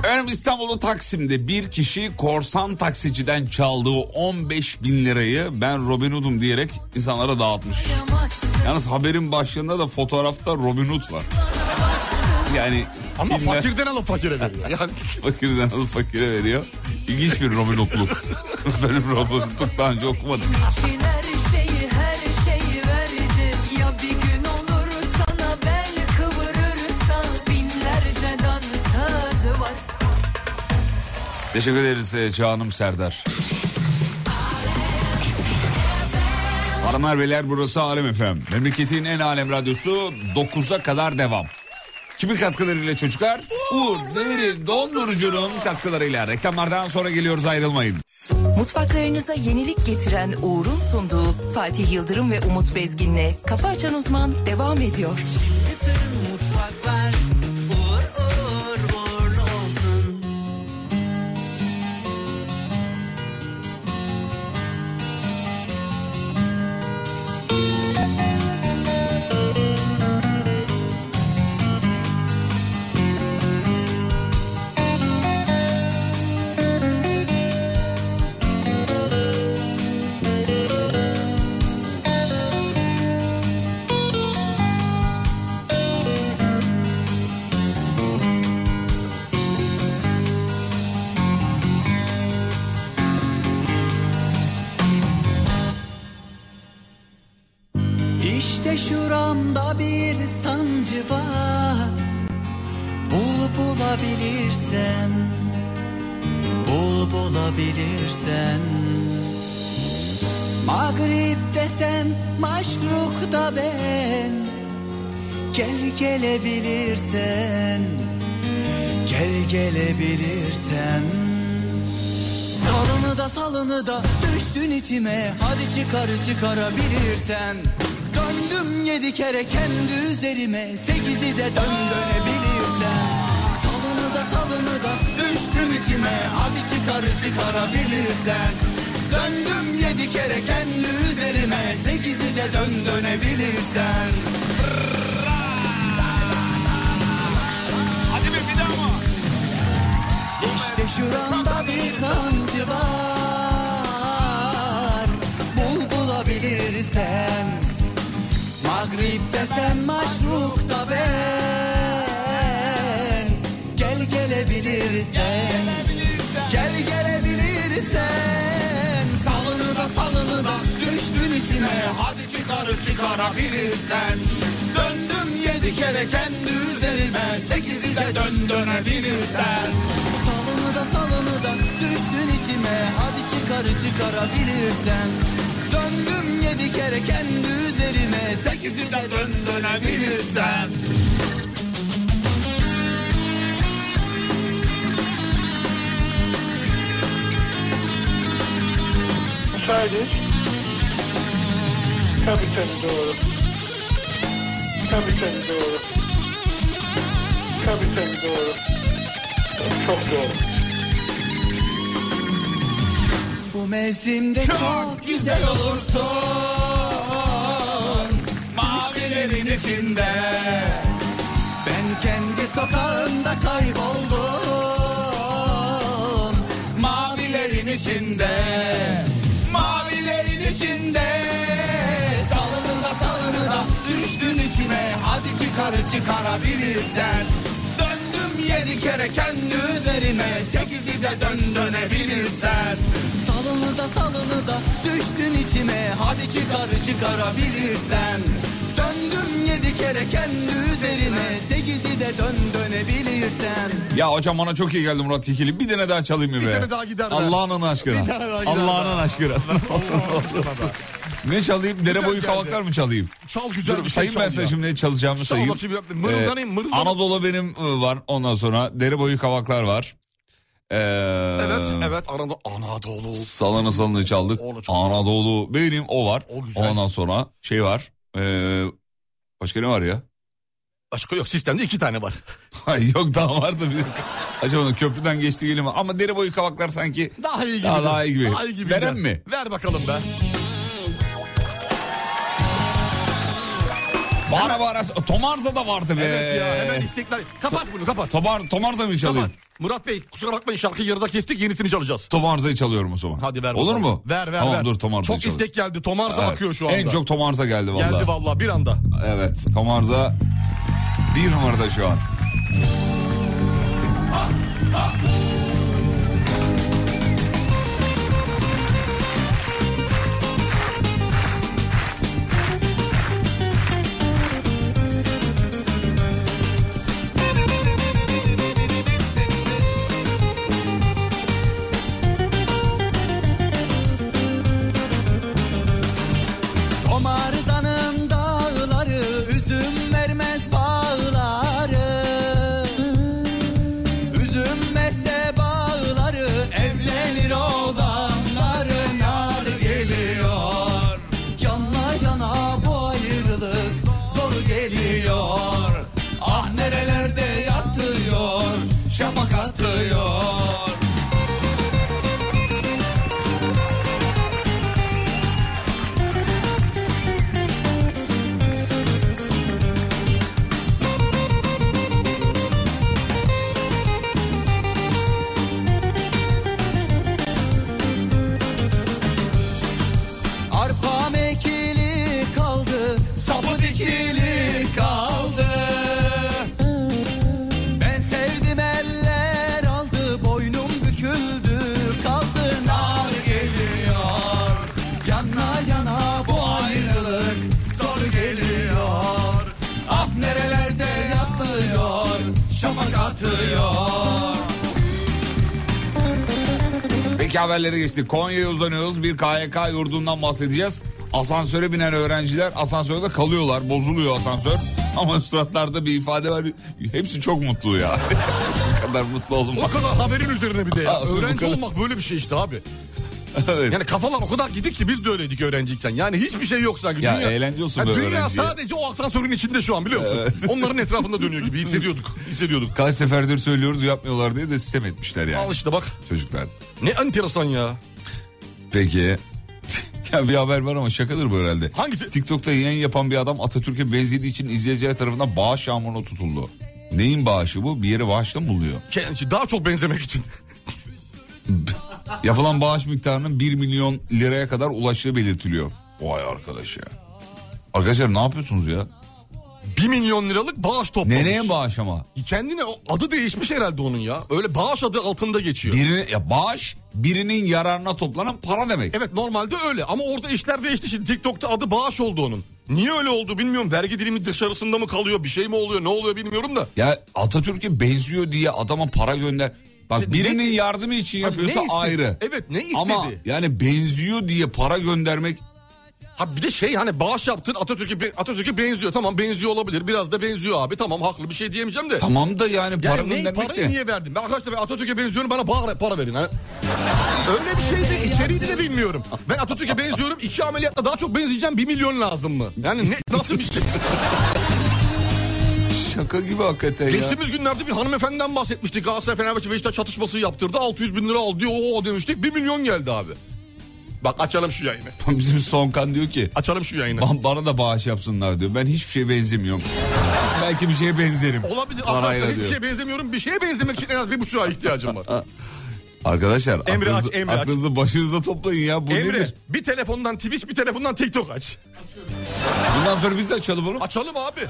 Speaker 4: Efendim İstanbul'un Taksim'de bir kişi korsan taksiciden çaldığı 15 bin lirayı ben Robin Hood'um diyerek insanlara dağıtmış. Yalnız haberin başlığında da fotoğrafta Robin Hood var. Yani
Speaker 5: Ama
Speaker 4: filmler-
Speaker 5: fakirden alın fakire veriyor. Yani
Speaker 4: fakirden alıp fakire veriyor. İlginç bir Robin Hood'luk. Benim Robin Hood'luk daha önce okumadım.
Speaker 9: İçin her şeyi her şeyi verdi Ya bir gün olur sana bel kıvırırsan Binlerce dansöz var
Speaker 4: Teşekkür ederiz e, Canım Serdar. Hanımlar beyler burası Alem Efem. Memleketin en alem radyosu 9'a kadar devam. Kimin katkılarıyla çocuklar? Uğur Demir'in dondurucunun katkılarıyla. Reklamlardan sonra geliyoruz ayrılmayın.
Speaker 1: Mutfaklarınıza yenilik getiren Uğur'un sunduğu Fatih Yıldırım ve Umut Bezgin'le Kafa Açan Uzman devam ediyor.
Speaker 10: mutfaklar uğur uğur uğurlu olsun. İşte şuramda bir sancı var Bul bulabilirsen Bul bulabilirsen Magrib desem maşruk da ben Gel gelebilirsen Gel gelebilirsen Salını da salını da düştün içime Hadi çıkarı çıkarabilirsen Döndüm yedi kere kendi üzerime Sekizi de dön dönebilirsen Salını da salını da düştüm içime Hadi çıkarı çıkarabilirsen Döndüm yedi kere kendi üzerime Sekizi de dön dönebilirsen İşte şuramda bir sancı var Bul bulabilirsen Magrib desen maşruk da ben Gel gelebilirsen Gel gelebilirsen Salını da salını da düştün içine Hadi çıkarı çıkarabilirsen Döndüm yedi kere kendi üzerime Sekizi de dön dönebilirsen Salını da salını da düştün içime Hadi çıkarı çıkarabilirsen Döndüm yedi kere kendi üzerime Sekizi de dön dönebilirsen
Speaker 11: Müsaadeniz. Tabii tabii doğru. Tabii tabii doğru. Tabii tabii doğru. Çok doğru.
Speaker 10: Bu mevsimde çok, güzel olursun Mavilerin içinde Ben kendi sokağımda kayboldum Mavilerin içinde Mavilerin içinde Salını da salını da düştün içime Hadi çıkarı çıkarabilirsen Döndüm yedi kere kendi üzerime Sekizi de dön dönebilirsen Salını da salını da düştün içime Hadi çıkarı çıkarabilirsen Döndüm yedi kere kendi üzerime Sekizi de dön dönebilirsen
Speaker 4: Ya hocam bana çok iyi geldi Murat Kekil'in. Bir tane daha çalayım mı be?
Speaker 5: Bir tane daha gider be.
Speaker 4: Allah'ın aşkına.
Speaker 5: Bir tane daha gider
Speaker 4: Allah'ın aşkına. ne çalayım? Dere boyu
Speaker 5: geldi.
Speaker 4: kavaklar mı çalayım?
Speaker 5: Çal güzel
Speaker 4: Dur,
Speaker 5: bir şey
Speaker 4: sayayım ben
Speaker 5: çal
Speaker 4: size
Speaker 5: ya.
Speaker 4: şimdi ne çalacağımı
Speaker 5: Çal
Speaker 4: sayayım.
Speaker 5: bakayım, bir- mırıldanayım, mırıldanayım.
Speaker 4: Anadolu benim e, var ondan sonra. Dere boyu kavaklar var. Ee,
Speaker 5: Evet evet Anadolu. Anadolu.
Speaker 4: Salını salını çaldık.
Speaker 5: Onu çaldık.
Speaker 4: Anadolu benim o var.
Speaker 5: O güzel.
Speaker 4: Ondan sonra şey var. Ee, başka ne var ya?
Speaker 5: Başka yok sistemde iki tane var.
Speaker 4: Ay yok daha vardı bir. Acaba onu köprüden geçti geliyor mu? Ama dere boyu kavaklar sanki
Speaker 5: Daha iyi gibi.
Speaker 4: Daha- daha iyi gibi.
Speaker 5: gider.
Speaker 4: Veren mi?
Speaker 5: Ver bakalım be.
Speaker 4: bağıra bağıra. Tomarza da vardı be.
Speaker 5: Evet ya hemen istekler. Kapat bunu kapat.
Speaker 4: Tomar, Tomarza mı çalayım?
Speaker 5: Kapat. Murat Bey kusura bakmayın şarkıyı yarıda kestik yenisini çalacağız.
Speaker 4: Tomarza'yı çalıyorum o zaman.
Speaker 5: Hadi ver.
Speaker 4: Olur
Speaker 5: bakalım.
Speaker 4: mu?
Speaker 5: Ver ver
Speaker 4: tamam,
Speaker 5: ver.
Speaker 4: dur Tomarza'yı
Speaker 5: Çok
Speaker 4: çalayım.
Speaker 5: istek geldi. Tomarza
Speaker 4: Evet.
Speaker 5: akıyor şu anda.
Speaker 4: En çok Tomarza geldi valla.
Speaker 5: Geldi vallahi bir anda.
Speaker 4: Evet Tomarza bir numarada şu an.
Speaker 10: Tomarza Ah şafak atıyor Arpam ekili kaldı, sapı dikili kaldı. Ben sevdim eller aldı, boynum büküldü kaldı. Nar geliyor, yana yana bu ayrılık zor geliyor. Ah nerelerde yatlıyor, şafak atıyor.
Speaker 4: Peki haberlere geçtik. Konya'ya uzanıyoruz. Bir KYK yurdundan bahsedeceğiz. Asansöre binen öğrenciler asansörde kalıyorlar. Bozuluyor asansör. Ama suratlarda bir ifade var. Hepsi çok mutlu ya. ne kadar mutlu oldum.
Speaker 5: O kadar haberin üzerine bir de ya.
Speaker 4: Abi, bu
Speaker 5: Öğrenci
Speaker 4: kadar.
Speaker 5: olmak böyle bir şey işte abi.
Speaker 4: Evet.
Speaker 5: Yani kafalar o kadar gidik ki biz de öyleydik öğrenciyken. Yani hiçbir şey yok sanki.
Speaker 4: Ya eğlence olsun böyle
Speaker 5: Dünya
Speaker 4: öğrenciye.
Speaker 5: sadece o asansörün içinde şu an biliyor musun? Onların etrafında dönüyor gibi hissediyorduk. Hissediyorduk.
Speaker 4: Kaç seferdir söylüyoruz yapmıyorlar diye de sistem etmişler yani
Speaker 5: Al işte bak.
Speaker 4: çocuklar.
Speaker 5: Ne enteresan ya.
Speaker 4: Peki. ya bir haber var ama şakadır bu herhalde.
Speaker 5: Hangisi?
Speaker 4: TikTok'ta yayın yapan bir adam Atatürk'e benzediği için izleyiciler tarafından bağış yağmuruna tutuldu. Neyin bağışı bu? Bir yere bağışla mı buluyor?
Speaker 5: Ke- Daha çok benzemek için.
Speaker 4: Yapılan bağış miktarının 1 milyon liraya kadar ulaştığı belirtiliyor. Vay arkadaş ya. Arkadaşlar ne yapıyorsunuz ya?
Speaker 5: 1 milyon liralık bağış toplamış.
Speaker 4: Nereye bağış ama?
Speaker 5: Kendine o- adı değişmiş herhalde onun ya. Öyle bağış adı altında geçiyor.
Speaker 4: Birine, ya bağış birinin yararına toplanan para demek.
Speaker 5: Evet normalde öyle ama orada işler değişti şimdi TikTok'ta adı bağış oldu onun. Niye öyle oldu bilmiyorum. Vergi dilimi dışarısında mı kalıyor bir şey mi oluyor ne oluyor bilmiyorum da.
Speaker 4: Ya Atatürk'e benziyor diye adama para gönder. Bak
Speaker 5: İşte
Speaker 4: birinin
Speaker 5: ne-
Speaker 4: yapardımı için
Speaker 5: Ha, ne
Speaker 4: yapıyorsa
Speaker 5: istedi?
Speaker 4: ayrı.
Speaker 5: Evet, ne istedi?
Speaker 4: Ama yani benziyor diye para göndermek
Speaker 5: Ha bir de şey hani bağış yaptın Atatürk'e be- Atatürk'e benziyor. Tamam benziyor olabilir. Biraz da benziyor abi. Tamam haklı bir şey diyemeyeceğim de.
Speaker 4: tamam da yani para
Speaker 5: Yani ne,
Speaker 4: göndermek
Speaker 5: parayı
Speaker 4: ne?
Speaker 5: niye verdin? Ben arkadaşlar ben Atatürk'e benziyorum bana bağ- para verin. ha. Öyle bir şey de içeriğini de bilmiyorum. Ben Atatürk'e benziyorum. iki ameliyatta daha çok benzeyeceğim. Bir milyon lazım mı? Yani ne, nasıl bir şey?
Speaker 4: Şaka gibi hakikaten ya.
Speaker 5: Geçtiğimiz günlerde bir hanımefendiden bahsetmiştik. Galatasaray Fenerbahçe Beşiktaş çatışması yaptırdı. 600 bin lira aldı diyor. Oo demiştik. 1 milyon geldi abi. Bak açalım şu yayını.
Speaker 4: Bizim Sonkan diyor ki
Speaker 5: Açalım şu yayını.
Speaker 4: "Ba- bana da bağış yapsınlar diyor. Ben hiçbir şeye benzemiyorum. Belki bir şeye benzerim.
Speaker 5: Olabilir.
Speaker 4: Parayla
Speaker 5: Arkadaşlar hiçbir şey-
Speaker 4: diyor.
Speaker 5: şeye benzemiyorum. Bir şeye benzemek için en az bir buçuğa ihtiyacım var.
Speaker 4: Arkadaşlar
Speaker 5: Emre aç,
Speaker 4: aklınızı,
Speaker 5: Emre aç.
Speaker 4: aklınızı başınıza toplayın ya. Bu
Speaker 5: Emre
Speaker 4: nedir?
Speaker 5: bir telefondan Twitch bir telefondan TikTok aç.
Speaker 4: Bundan sonra biz de açalım onu.
Speaker 5: Açalım abi.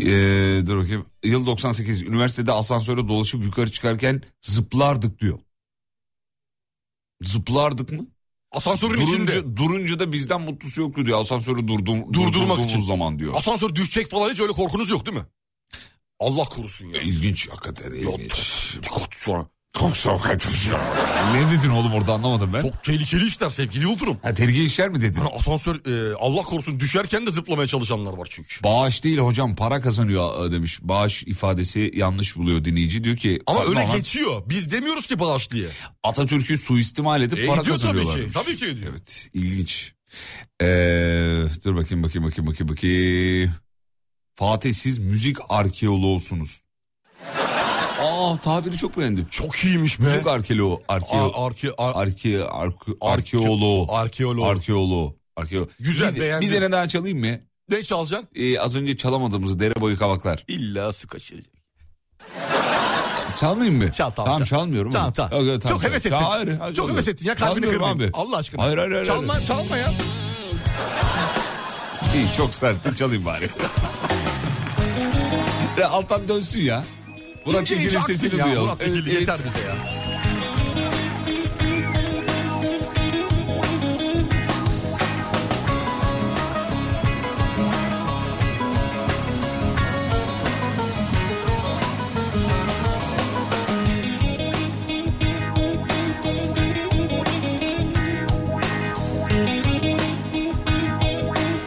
Speaker 4: Ee, dur bakayım. Yıl 98 üniversitede asansöre dolaşıp yukarı çıkarken zıplardık diyor. Zıplardık mı?
Speaker 5: Asansörün içinde.
Speaker 4: Durunca, durunca da bizden mutlusu yoktu diyor. Asansörü durdum, durdurmak
Speaker 5: için.
Speaker 4: zaman diyor.
Speaker 5: Asansör düşecek falan hiç öyle korkunuz yok değil mi? Allah korusun ya.
Speaker 4: İlginç hakikaten ilginç.
Speaker 5: Çok, çok,
Speaker 4: Ne dedin oğlum orada anlamadım ben.
Speaker 5: çok tehlikeli işler sevgili Yıldırım.
Speaker 4: Ha, tehlike işler mi dedin?
Speaker 5: Yani asansör e, Allah korusun düşerken de zıplamaya çalışanlar var çünkü.
Speaker 4: Bağış değil hocam para kazanıyor e, demiş. Bağış ifadesi yanlış buluyor dinleyici. Diyor ki
Speaker 5: Ama öyle
Speaker 4: Allah'ın
Speaker 5: geçiyor. Biz demiyoruz ki bağış diye.
Speaker 4: E, Atatürk'ü suistimal edip
Speaker 5: E,
Speaker 4: para
Speaker 5: ediyor tabii
Speaker 4: kazanıyorlar.
Speaker 5: ki,
Speaker 4: demiş.
Speaker 5: tabii ki ediyor.
Speaker 4: Evet ilginç. Ee, dur bakayım bakayım bakayım bakayım bakayım. Fatih siz müzik arkeoloğusunuz. Aa tabiri çok beğendim.
Speaker 5: Çok iyiymiş be.
Speaker 4: Müzik arkeoloğu. Arkeo,
Speaker 5: Ar- arke- ar-
Speaker 4: arke, arke, arkeoloğu.
Speaker 5: Arkeolog.
Speaker 4: Arkeoloğu. Arkeolo-
Speaker 5: Güzel,
Speaker 4: bir, de-
Speaker 5: beğendim.
Speaker 4: Bir tane daha çalayım mı?
Speaker 5: ne çalacaksın?
Speaker 4: Ee, az önce çalamadığımız dere boyu kavaklar.
Speaker 5: İlla su kaçıracak.
Speaker 4: Çalmayayım mı?
Speaker 5: Çal, tamam,
Speaker 4: Tamam
Speaker 5: çal.
Speaker 4: çalmıyorum.
Speaker 5: Tamam
Speaker 4: abi.
Speaker 5: tamam.
Speaker 4: Yok, yok,
Speaker 5: Çok heves ettin.
Speaker 4: Hayır, hayır,
Speaker 5: Çok heves ettin ya kalbini
Speaker 4: Çalmıyorum
Speaker 5: kırmayayım.
Speaker 4: abi.
Speaker 5: Allah aşkına.
Speaker 4: Hayır hayır hayır.
Speaker 5: çalma,
Speaker 4: hayır.
Speaker 5: çalma ya.
Speaker 4: İyi çok sert çalayım bari. Ya alttan dönsün ya. Burak
Speaker 5: İnce ince
Speaker 4: Ekin'in
Speaker 5: aksın
Speaker 4: sesini
Speaker 5: ya,
Speaker 4: duyalım.
Speaker 5: Murat Tekili,
Speaker 4: Evet.
Speaker 5: yeter bize ya.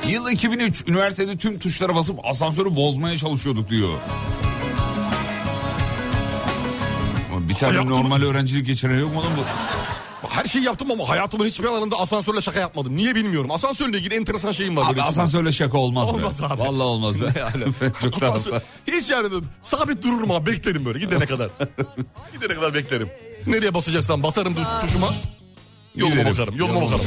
Speaker 4: Yıl 2003 üniversitede tüm tuşlara basıp asansörü bozmaya çalışıyorduk diyor. Ama Bir tane
Speaker 5: yaptın
Speaker 4: normal öğrencilik geçiren yok mu oğlum bu?
Speaker 5: Her şeyi yaptım ama hayatımın hiçbir alanında asansörle şaka yapmadım. Niye bilmiyorum. Asansörle ilgili enteresan şeyim var.
Speaker 4: Abi
Speaker 5: böyle içimde.
Speaker 4: asansörle şaka olmaz,
Speaker 5: Olmaz
Speaker 4: be.
Speaker 5: abi.
Speaker 4: Vallahi olmaz be. Çok
Speaker 5: Asansör-
Speaker 4: taraftar.
Speaker 5: Hiç yani dedim, sabit dururum abi beklerim böyle gidene kadar. gidene kadar beklerim. Nereye basacaksan basarım tu- tuşuma. Yoluma
Speaker 4: Giderim.
Speaker 5: bakarım, yoluma, bakarım.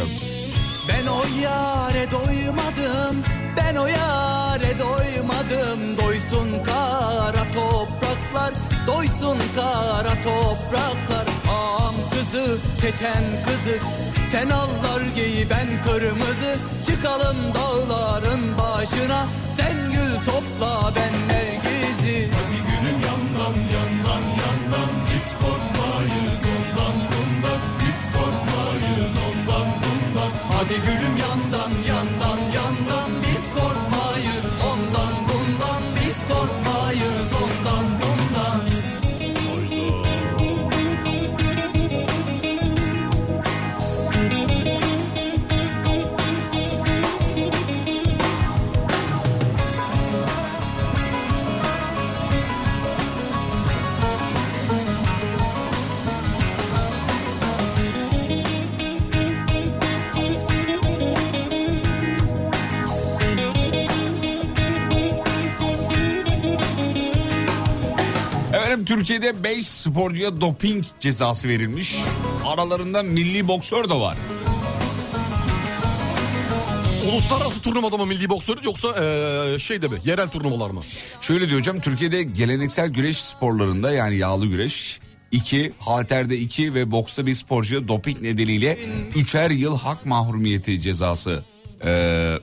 Speaker 10: Ben o yare doymadım Ben o yare doymadım Doysun kara topraklar Doysun kara topraklar Ağam kızı, Çeçen kızı Sen allar giy ben kırmızı Çıkalım dağların başına Sen gül topla ben nergizi Hadi gülüm yandan yandan yandan biz korkmayız ondan bundan biz korkmayız ondan bundan.
Speaker 4: Efendim Türkiye'de 5 sporcuya doping cezası verilmiş. Aralarında milli boksör de var.
Speaker 5: Uluslararası turnuvada mı milli boksör yoksa eee, şey de mi yerel turnuvalar mı?
Speaker 4: Şöyle diyor hocam Türkiye'de geleneksel güreş sporlarında yani yağlı güreş 2, halterde 2 ve boksta bir sporcuya doping nedeniyle üçer yıl hak mahrumiyeti cezası e,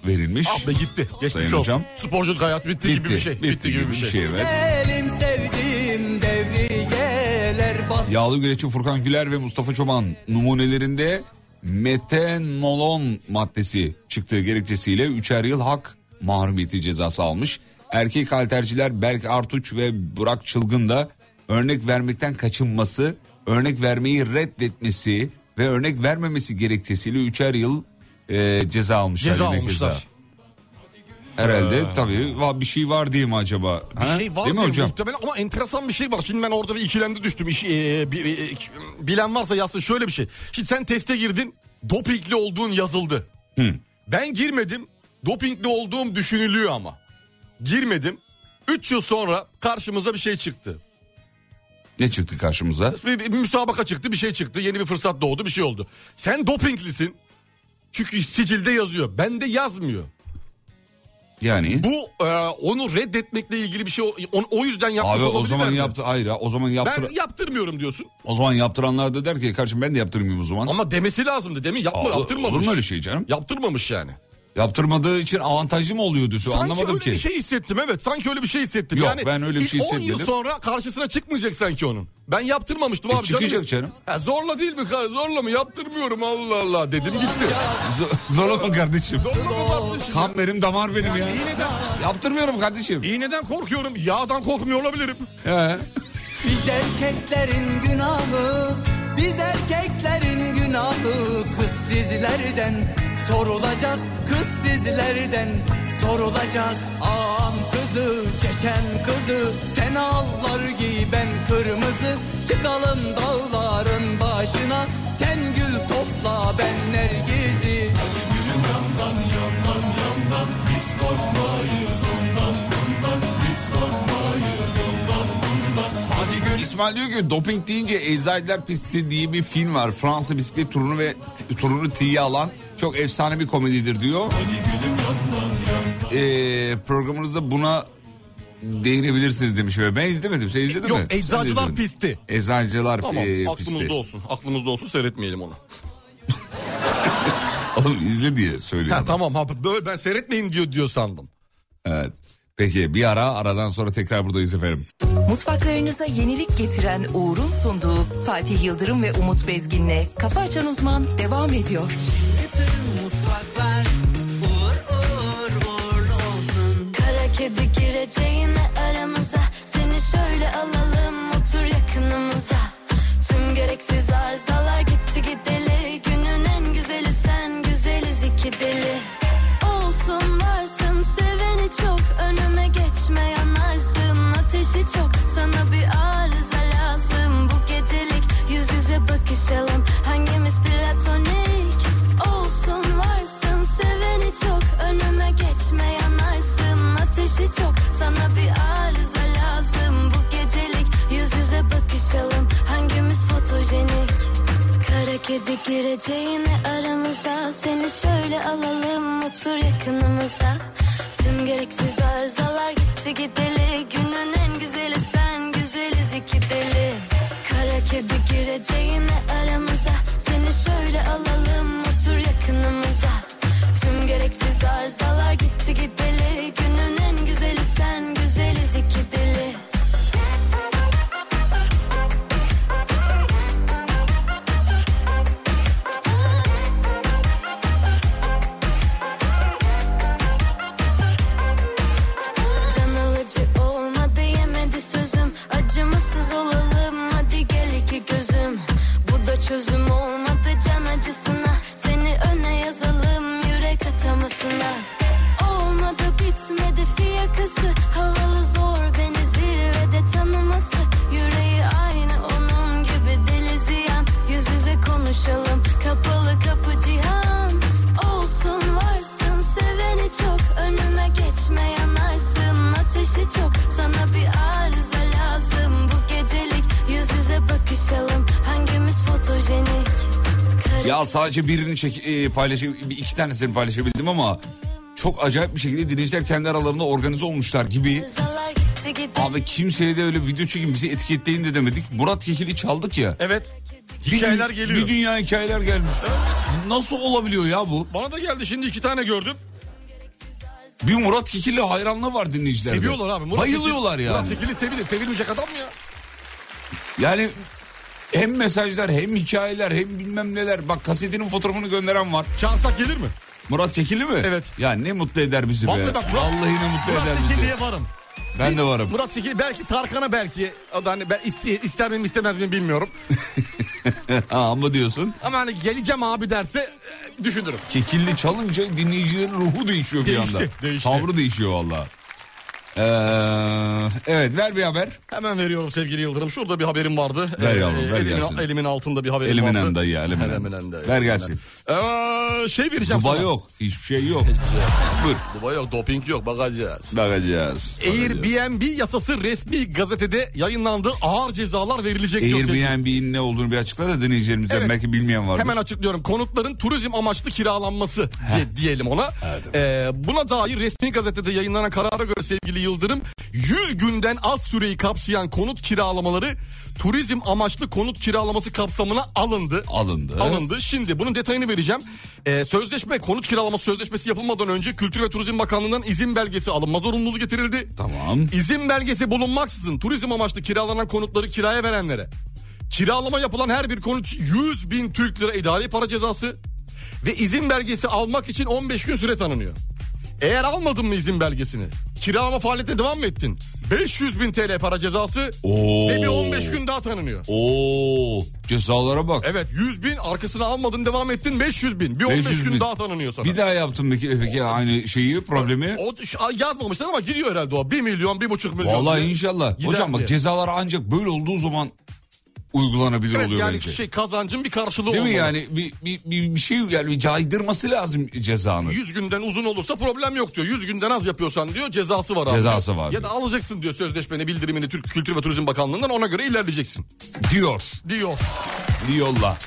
Speaker 4: verilmiş.
Speaker 5: Ah be gitti. Geçmiş
Speaker 4: Sayın
Speaker 5: olsun.
Speaker 4: hocam.
Speaker 5: Sporculuk hayatı bitti, gibi bir şey. Bitti, gibi bir şey.
Speaker 4: evet.
Speaker 10: Gelim sevdiğim devriyeler bas.
Speaker 4: Yağlı güreşçi Furkan Güler ve Mustafa Çoban numunelerinde metenolon maddesi çıktığı gerekçesiyle üçer yıl hak mahrumiyeti cezası almış. Erkek halterciler Berk Artuç ve Burak Çılgın da örnek vermekten kaçınması, örnek vermeyi reddetmesi ve örnek vermemesi gerekçesiyle üçer yıl e, ceza almışlar.
Speaker 5: Ceza
Speaker 4: Yemek
Speaker 5: almışlar. Ee.
Speaker 4: Herhalde tabii va- bir şey var diye mi acaba?
Speaker 5: Bir
Speaker 4: Ha?
Speaker 5: şey var
Speaker 4: Değil mi
Speaker 5: diye
Speaker 4: hocam?
Speaker 5: muhtemelen ama enteresan bir şey var. Şimdi ben orada bir ikilemde düştüm. İş, eee, bi- bi- bilen varsa yazsın şöyle bir şey. Şimdi sen teste girdin dopingli olduğun yazıldı. Ben girmedim dopingli olduğum düşünülüyor ama. Girmedim. 3 yıl sonra karşımıza bir şey çıktı.
Speaker 4: Ne çıktı karşımıza?
Speaker 5: Bir, bir müsabaka çıktı bir şey çıktı. Yeni bir fırsat doğdu bir şey oldu. Sen dopinglisin. Çünkü sicilde yazıyor. Bende yazmıyor.
Speaker 4: Yani...
Speaker 5: Bu e, onu reddetmekle ilgili bir şey. o- on- o yüzden yapmış
Speaker 4: Abi o
Speaker 5: olabilirler
Speaker 4: zaman
Speaker 5: mi?
Speaker 4: yaptı hayır ha, o zaman
Speaker 5: Ben
Speaker 4: yaptır
Speaker 5: yaptırmıyorum diyorsun.
Speaker 4: o zaman yaptıranlar da der ki "E, kardeşim ben de yaptırmayayım o zaman.
Speaker 5: Ama demesi lazımdı değil mi? Yapma,
Speaker 4: Aa,
Speaker 5: yaptırmamış.
Speaker 4: Olur mu öyle şey canım?
Speaker 5: Yaptırmamış yani.
Speaker 4: Yaptırmadığı için avantajlı mı oluyordu?
Speaker 5: Sanki
Speaker 4: Anlamadım
Speaker 5: öyle
Speaker 4: ki.
Speaker 5: bir şey hissettim evet. Sanki öyle bir şey hissettim.
Speaker 4: Yok,
Speaker 5: yani,
Speaker 4: ben öyle bir şey
Speaker 5: ilk 10 yıl
Speaker 4: hissetmedim.
Speaker 5: sonra karşısına çıkmayacak sanki onun. Ben yaptırmamıştım
Speaker 4: E,
Speaker 5: abi.
Speaker 4: çıkacak canım.
Speaker 5: Ha, zorla değil mi? ka- Zorla mı? Yaptırmıyorum Allah Allah dedim gitti.
Speaker 4: Z- Zorlama kardeşim.
Speaker 5: Zorla mı kardeşim?
Speaker 4: Kan benim damar benim ya.
Speaker 5: İğneden,
Speaker 4: Yaptırmıyorum kardeşim. Ee?
Speaker 5: iğneden korkuyorum. Yağdan korkmuyor olabilirim.
Speaker 4: He.
Speaker 10: Biz erkeklerin günahı Biz erkeklerin günahı Kız sizlerden sorulacak Kız sizlerden sorulacak Ağam kızı, çeçen kızı Sen ağlar giy ben kırmızı Çıkalım dağların başına Sen gül topla ben nergizi
Speaker 4: İsmail diyor ki doping deyince Eczacılar Pisti diye bir film var. Fransa bisiklet turunu ve t- turunu tiye alan çok efsane bir komedidir diyor. Ee, programınızda buna değinebilirsiniz demiş. ve Ben izlemedim. Sen izledin
Speaker 5: Yok
Speaker 4: mi? Sen de
Speaker 5: eczacılar
Speaker 4: izledin.
Speaker 5: pisti.
Speaker 4: Eczacılar
Speaker 5: Tamam
Speaker 4: e,
Speaker 5: aklımızda
Speaker 4: pisti.
Speaker 5: olsun. Aklımızda olsun seyretmeyelim onu.
Speaker 4: Oğlum izle diye söylüyorum.
Speaker 5: Ha, tamam ha, böyle ben seyretmeyin diyor diyor sandım.
Speaker 4: Evet. Peki bir ara aradan sonra tekrar buradayız efendim.
Speaker 1: Mutfaklarınıza yenilik getiren Uğur'un sunduğu Fatih Yıldırım ve Umut Bezgin'le Kafa Açan Uzman devam ediyor.
Speaker 10: Mutfaklar uğur uğur uğurlu olsun
Speaker 12: Kara kedi gireceğine aramıza Seni şöyle alalım otur yakınımıza Tüm gereksiz arızalar gitti gideli Günün en güzeli sen güzeliz iki deli Olsun varsın seveni çok Önüme geçme yanarsın ateşi çok Sana bir arıza lazım bu gecelik Yüz yüze bakışalım hangimiz prensip kedi gireceğine aramıza Seni şöyle alalım otur yakınımıza Tüm gereksiz arızalar gitti gideli Günün en güzeli sen güzeliz iki deli Kara kedi gireceğine aramıza Seni şöyle alalım otur yakınımıza Tüm gereksiz arızalar gitti gideli Günün en güzeli sen güzeliz iki deli Can alıcı olmadı yemedi sözüm Acımasız olalım hadi gel iki gözüm Bu da çözüm olmadı can acısına Seni öne yazalım yürek atamasına Olmadı bitmedi fiyakası Havalı zor beni zirvede tanıması Yüreği aynı onun gibi deli ziyan Yüz yüze konuşalım kapalı kapı cihan Olsun varsın seveni çok Önüme geçme yanarsın ateşi çok Sana bir arıza lazım bu gecelik Yüz yüze bakışalım hangimiz fotojenik
Speaker 4: Ya sadece birini çek e, paylaşabil- bir iki tanesini paylaşabildim ama çok acayip bir şekilde dinleyiciler kendi aralarında organize olmuşlar gibi.
Speaker 12: Arızalar gitti gitti
Speaker 4: Abi kimseye de öyle video çekin bizi etiketleyin de demedik. Murat Kekil'i çaldık ya.
Speaker 5: Evet.
Speaker 4: Bir dü-
Speaker 5: Hikayeler geliyor.
Speaker 4: Bir dünya hikayeler gelmiş. Nasıl olabiliyor ya bu?
Speaker 5: Bana da geldi şimdi iki tane gördüm.
Speaker 4: Bir Murat Kekil'le hayranlığı var dinleyicilerde.
Speaker 5: Seviyorlar abi. Murat
Speaker 4: Bayılıyorlar
Speaker 5: Tekil-
Speaker 4: yani.
Speaker 5: Murat Tekil'i sevilir. Sevilmeyecek adam mı ya?
Speaker 4: Yani hem mesajlar hem hikayeler hem bilmem neler. Bak kasetinin fotoğrafını gönderen var.
Speaker 5: Çağırsak gelir mi?
Speaker 4: Murat Kekil'i mi?
Speaker 5: Evet.
Speaker 4: Ya ne mutlu eder bizi be.
Speaker 5: Vallahi bak Murat,
Speaker 4: Vallahi ne mutlu
Speaker 5: Murat
Speaker 4: eder
Speaker 5: Tekil
Speaker 4: bizi.
Speaker 5: diye varım.
Speaker 4: Ben de varım.
Speaker 5: Murat Tekil belki Tarkan'a belki. O da hani ben iste, ister miyim istemez miyim bilmiyorum.
Speaker 4: Ha, ama diyorsun.
Speaker 5: Ama hani geleceğim abi derse e, düşünürüm.
Speaker 4: Kekilli çalınca dinleyicilerin ruhu değişiyor bir
Speaker 5: Değişti,
Speaker 4: anda.
Speaker 5: değişti.
Speaker 4: Tavrı değişiyor valla. Ee, evet ver bir haber.
Speaker 5: Hemen veriyorum sevgili Yıldırım. Şurada bir haberim vardı. E,
Speaker 4: Ver yavrum, ver
Speaker 5: elimin,
Speaker 4: gelsin.
Speaker 5: elimin altında bir haberim
Speaker 4: Elimin
Speaker 5: vardı.
Speaker 4: anda ya elimin
Speaker 5: Elimin
Speaker 4: anda.
Speaker 5: anda,
Speaker 4: Ver
Speaker 5: elimin
Speaker 4: gelsin.
Speaker 5: Ee, şey vereceğim
Speaker 4: Duba
Speaker 5: sana.
Speaker 4: yok. Hiçbir şey yok. Buyur.
Speaker 5: Duba yok, doping yok bakacağız.
Speaker 4: Bakacağız. bakacağız.
Speaker 5: Airbnb yasası resmi gazetede yayınlandı. Ağır cezalar verilecek. diyor sevgili-
Speaker 4: Airbnb'nin ne olduğunu bir açıkla da dinleyicilerimize
Speaker 5: Evet.
Speaker 4: belki bilmeyen vardır.
Speaker 5: Hemen açıklıyorum. Konutların turizm amaçlı kiralanması diye, diyelim ona. Ee, buna dair resmi gazetede yayınlanan karara göre sevgili Yıldırım 100 günden az süreyi kapsayan konut kiralamaları turizm amaçlı konut kiralaması kapsamına alındı.
Speaker 4: Alındı.
Speaker 5: Alındı. Şimdi bunun detayını vereceğim. Ee, sözleşme, konut kiralaması sözleşmesi yapılmadan önce Kültür ve Turizm Bakanlığı'ndan izin belgesi alınma zorunluluğu getirildi.
Speaker 4: Tamam.
Speaker 5: İzin belgesi bulunmaksızın turizm amaçlı kiralanan konutları kiraya verenlere kiralama yapılan her bir konut 100 bin Türk lira idari para cezası ve izin belgesi almak için 15 gün süre tanınıyor. Eğer almadın mı izin belgesini kiralama faaliyetine devam mı ettin 500 bin TL para cezası
Speaker 4: Oo.
Speaker 5: ve bir 15 gün daha tanınıyor.
Speaker 4: Oo, cezalara bak.
Speaker 5: Evet 100 bin arkasına almadın devam ettin 500 bin bir 15
Speaker 4: 500
Speaker 5: gün
Speaker 4: bin.
Speaker 5: daha tanınıyor sana.
Speaker 4: Bir daha yaptım peki, peki aynı şeyi problemi.
Speaker 5: o yazmamışlar ama giriyor herhalde o 1 milyon 1,5 milyon.
Speaker 4: Vallahi
Speaker 5: diye.
Speaker 4: inşallah.
Speaker 5: Gider
Speaker 4: Hocam bak
Speaker 5: diye.
Speaker 4: cezalar ancak böyle olduğu zaman uygulanabilir
Speaker 5: Evet,
Speaker 4: oluyor
Speaker 5: yani
Speaker 4: bence.
Speaker 5: şey kazancın bir karşılığı
Speaker 4: Değil mi
Speaker 5: olmalı.
Speaker 4: yani bir, bir, bir, bir şey yani bir caydırması lazım cezanı.
Speaker 5: 100 günden uzun olursa problem yok diyor. 100 günden az yapıyorsan diyor cezası var abi.
Speaker 4: Cezası var
Speaker 5: Ya
Speaker 4: diyor.
Speaker 5: da alacaksın diyor sözleşmeni bildirimini Türk Kültür ve Turizm Bakanlığı'ndan ona göre ilerleyeceksin
Speaker 4: Diyor.
Speaker 5: diyor.
Speaker 4: Diyorlar.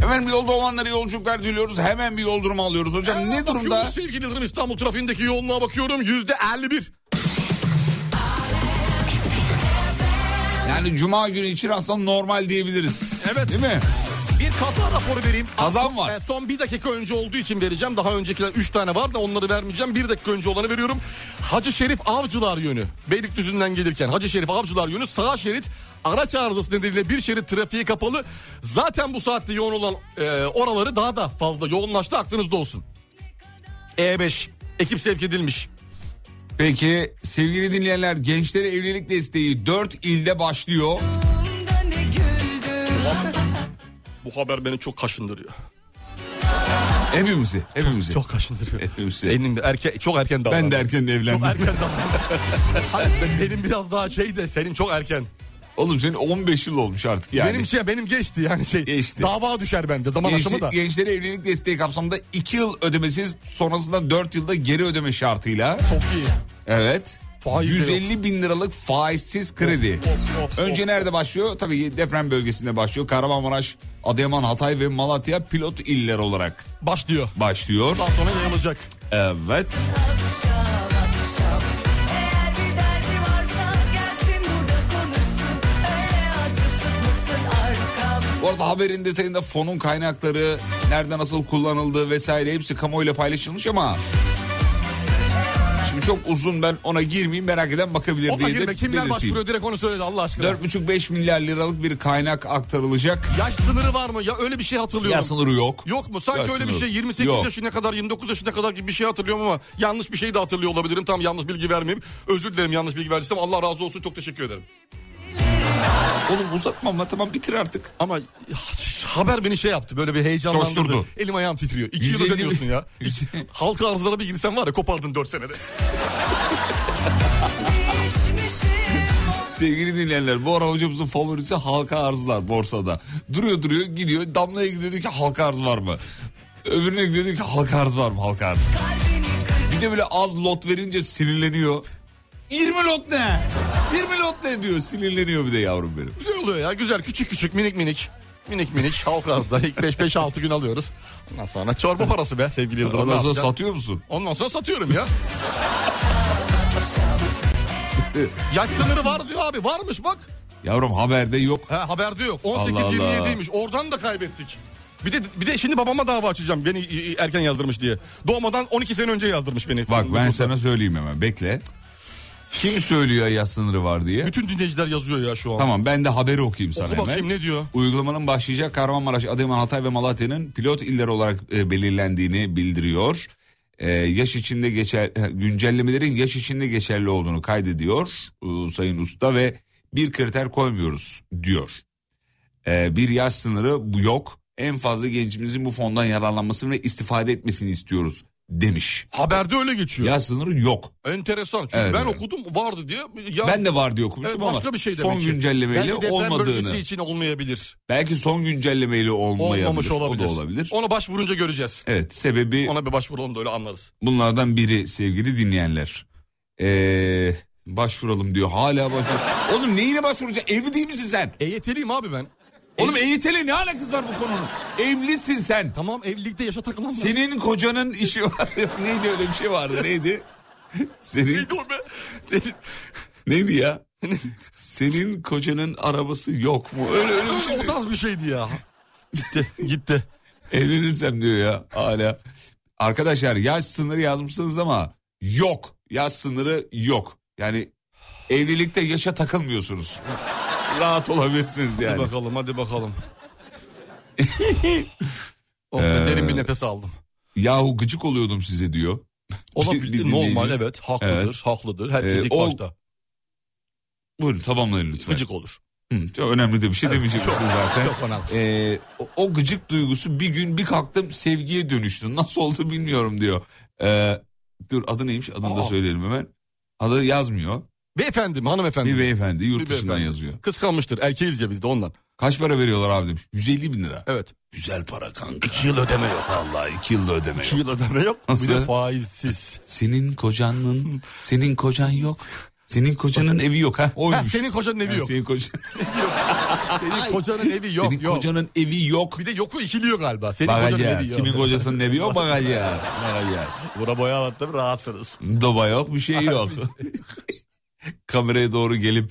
Speaker 4: Hemen bir yolda olanlara yolculuklar diliyoruz. Hemen bir yol durumu alıyoruz. Hocam
Speaker 5: Hemen
Speaker 4: ne
Speaker 5: bakıyorum
Speaker 4: durumda?
Speaker 5: Sevgili Yıldırım İstanbul trafiğindeki yoğunluğa bakıyorum yüzde 51.
Speaker 4: Yani cuma günü için aslında normal diyebiliriz.
Speaker 5: Evet.
Speaker 4: Değil mi?
Speaker 5: Bir kaza raporu vereyim.
Speaker 4: Kazan
Speaker 5: Son-
Speaker 4: var.
Speaker 5: e, Son bir dakika önce olduğu için vereceğim. Daha öncekiler 3 tane var da onları vermeyeceğim. Bir dakika önce olanı veriyorum. Hacı Şerif Avcılar yönü. Beylikdüzü'nden gelirken Hacı Şerif Avcılar yönü sağ şerit araç arızası nedeniyle bir şerit trafiğe kapalı. Zaten bu saatte yoğun olan e, oraları daha da fazla yoğunlaştı. Aklınızda olsun. E5 ekip sevk edilmiş.
Speaker 4: Peki sevgili dinleyenler gençlere evlilik desteği 4 ilde başlıyor.
Speaker 5: Bu haber beni çok kaşındırıyor.
Speaker 4: Hepimizi, hepimizi.
Speaker 5: Çok kaşındırıyor.
Speaker 4: Hepimizi.
Speaker 5: Elimde erke çok erken davrandım.
Speaker 4: ben de erken evlendim.
Speaker 5: Çok erken davrandım. Hayır, ben- benim biraz daha şey de senin çok erken.
Speaker 4: Oğlum senin 15 yıl olmuş artık yani.
Speaker 5: Benim şey benim geçti yani şey.
Speaker 4: Geçti.
Speaker 5: Dava düşer bende zaman
Speaker 4: Gençli-
Speaker 5: aşımı da.
Speaker 4: gençlere evlilik desteği kapsamında 2 yıl ödemesiz sonrasında 4 yılda geri ödeme şartıyla.
Speaker 5: Çok iyi.
Speaker 4: Evet.
Speaker 5: Faiz de yok.
Speaker 4: 150 bin liralık faizsiz kredi. Önce nerede başlıyor? Tabii ki deprem bölgesinde başlıyor. Kahramanmaraş, Adıyaman, Hatay ve Malatya pilot iller olarak.
Speaker 5: Başlıyor.
Speaker 4: Başlıyor.
Speaker 5: Daha sonra yayılacak.
Speaker 4: Evet.
Speaker 9: Akşam akşam Eğer bir derdi varsa gelsin burada konuşsun Öyle atıp tutmasın arkam
Speaker 4: Bu arada haberin detayında fonun kaynakları, nerede nasıl kullanıldığı vesaire hepsi kamuoyuyla paylaşılmış ama... Şimdi çok uzun ben ona girmeyeyim merak eden bakabilir
Speaker 5: Ona
Speaker 4: diye de
Speaker 5: girme. Kimler
Speaker 4: belirteyim.
Speaker 5: başvuruyor direkt onu söyle de Allah aşkına.
Speaker 4: 4,5-5 milyar liralık bir kaynak aktarılacak.
Speaker 5: Yaş sınırı var mı? Ya öyle bir şey hatırlıyorum.
Speaker 4: Ya sınırı yok.
Speaker 5: Yok mu? Sanki
Speaker 4: Yaş
Speaker 5: öyle bir
Speaker 4: sınırı.
Speaker 5: şey 28
Speaker 4: Yok.
Speaker 5: yaşına kadar 29 yaşına kadar gibi bir şey hatırlıyorum ama yanlış bir şey de hatırlıyor olabilirim. Tam yanlış bilgi vermeyeyim. Özür dilerim yanlış bilgi verdiysem. Allah razı olsun çok teşekkür ederim.
Speaker 4: Oğlum uzatma ama tamam bitir artık.
Speaker 5: Ama haber beni şey yaptı böyle bir heyecanlandırdı.
Speaker 4: Coşturdu.
Speaker 5: Elim ayağım titriyor. İki yıl
Speaker 4: 150 bin-
Speaker 5: ödemiyorsun ya. Halka arzlara bir girsen var ya kopardın 4 senede.
Speaker 4: Sevgili dinleyenler bu ara hocamızın favorisi halka arzlar borsada. Duruyor duruyor gidiyor damlaya gidiyor diyor ki halka arz var mı? Öbürüne gidiyor diyor ki halka arz var mı halka arz? Bir de böyle az lot verince sinirleniyor. 20 lot ne? 20 lot ne diyor sinirleniyor bir de yavrum benim.
Speaker 5: Güzel oluyor ya güzel küçük küçük minik minik. Minik minik halka arzda ilk 5-5-6 gün alıyoruz. Ondan sonra çorba parası be sevgili Yıldırım. ne
Speaker 4: Ondan sonra
Speaker 5: yapacaksın?
Speaker 4: satıyor musun?
Speaker 5: Ondan sonra satıyorum ya. Yaş sınırı var diyor abi. Varmış bak.
Speaker 4: Yavrum haberde yok.
Speaker 5: He, haberde yok.
Speaker 4: Allah Allah.
Speaker 5: 18-27'ymiş. Oradan da kaybettik. Bir de bir de şimdi babama dava açacağım. Beni e, e, erken yazdırmış diye. Doğmadan 12 sene önce yazdırmış beni.
Speaker 4: Bak ben
Speaker 5: Nüfusa.
Speaker 4: sana söyleyeyim hemen bekle. Kim söylüyor yaş sınırı var diye?
Speaker 5: bütün dinleyiciler yazıyor ya şu an.
Speaker 4: Tamam ben de haberi okuyayım sana
Speaker 5: Oku
Speaker 4: hemen.
Speaker 5: bakayım ne diyor?
Speaker 4: Uygulamanın başlayacağı Kahramanmaraş, Adıyaman, Hatay ve Malatya'nın pilot iller olarak e, belirlendiğini bildiriyor. E, yaş içinde geçer e, güncellemelerin yaş içinde geçerli olduğunu kaydediyor e, Sayın Usta ve bir kriter koymuyoruz diyor. E, bir yaş sınırı bu yok. En fazla gencimizin bu fondan yararlanmasını ve istifade etmesini istiyoruz demiş.
Speaker 5: Haberde öyle geçiyor.
Speaker 4: Yaş sınırı yok.
Speaker 5: Enteresan. Çünkü
Speaker 4: Evet,
Speaker 5: ben
Speaker 4: evet.
Speaker 5: okudum vardı diye. Ya,
Speaker 4: Ben de var diye okumuştum
Speaker 5: Evet,
Speaker 4: ama
Speaker 5: başka bir şey demek
Speaker 4: son
Speaker 5: ki.
Speaker 4: güncellemeyle
Speaker 5: Belki deprem bölgesi
Speaker 4: olmadığını.
Speaker 5: için olmayabilir.
Speaker 4: Belki son güncellemeyle olmayabilir.
Speaker 5: Olmamış olabilir.
Speaker 4: O da olabilir.
Speaker 5: Ona başvurunca göreceğiz.
Speaker 4: Evet sebebi
Speaker 5: Ona bir başvuralım da öyle anlarız.
Speaker 4: bunlardan biri sevgili dinleyenler. Ee, başvuralım diyor hala başvur. Oğlum neyine başvuracaksın evli değil misin sen?
Speaker 5: EYT'liyim E, abi ben.
Speaker 4: Oğlum EYT'le ne alakası var bu konunun? Evlisin sen.
Speaker 5: Tamam evlilikte yaşa takılan mı?
Speaker 4: Senin kocanın işi var. neydi öyle bir şey vardı neydi? Senin
Speaker 5: Neydi o be? Senin-
Speaker 4: neydi ya? Senin kocanın arabası yok mu? Öyle öyle bir şey.
Speaker 5: o tarz bir şeydi ya. Gitti. Gitti.
Speaker 4: Evlenirsem diyor ya hala. Arkadaşlar yaş sınırı yazmışsınız ama yok. Yaş sınırı yok. Yani evlilikte yaşa takılmıyorsunuz. Rahat olabilirsiniz
Speaker 5: Hadi
Speaker 4: yani.
Speaker 5: bakalım hadi bakalım. oh, be,
Speaker 4: Ee,
Speaker 5: derin bir nefes aldım.
Speaker 4: Yahu gıcık oluyordum size diyor. bir
Speaker 5: Olabilir
Speaker 4: dinleyicimiz-
Speaker 5: normal evet haklıdır
Speaker 4: Evet.
Speaker 5: haklıdır. Herkes
Speaker 4: Ee,
Speaker 5: ilk
Speaker 4: o-
Speaker 5: başta
Speaker 4: Buyurun tamamlayın lütfen.
Speaker 5: gıcık olur.
Speaker 4: Hı, çok önemli de bir şey demeyecek misiniz zaten.
Speaker 5: Çok önemli.
Speaker 4: Ee, o, o gıcık duygusu bir gün bir kalktım sevgiye dönüştü. Nasıl oldu bilmiyorum diyor. Ee, dur adı neymiş adını da
Speaker 5: Aa.
Speaker 4: söyleyelim hemen. Adı yazmıyor.
Speaker 5: Beyefendi mi hanımefendi?
Speaker 4: Bir
Speaker 5: mi?
Speaker 4: beyefendi yurt
Speaker 5: Bir
Speaker 4: dışından
Speaker 5: beyefendi.
Speaker 4: yazıyor.
Speaker 5: Kıskanmıştır erkeğiz ya biz de ondan.
Speaker 4: Kaç para veriyorlar abi demiş. 150 bin lira.
Speaker 5: Evet.
Speaker 4: Güzel para kanka.
Speaker 5: İki yıl ödeme yok.
Speaker 4: Vallahi iki yılda ödeme
Speaker 5: İki
Speaker 4: yok.
Speaker 5: yıl ödeme yok.
Speaker 4: Nasıl?
Speaker 5: Bir de faizsiz.
Speaker 4: Senin kocanın, senin kocan yok. Senin kocanın evi yok ha. Oymuş.
Speaker 5: Heh, senin kocanın evi
Speaker 4: Yani
Speaker 5: yok.
Speaker 4: Senin, kocan,
Speaker 5: Senin kocanın evi yok
Speaker 4: senin
Speaker 5: yok.
Speaker 4: kocanın evi yok.
Speaker 5: Bir de yoku ikiliyor galiba. Senin kocanın evi
Speaker 4: Bakacağız.
Speaker 5: yok.
Speaker 4: Kimin kocasının evi yok bakacağız. Bakacağız.
Speaker 5: Bura boya attım rahatsınız.
Speaker 4: Doba yok bir şey yok. Kameraya doğru gelip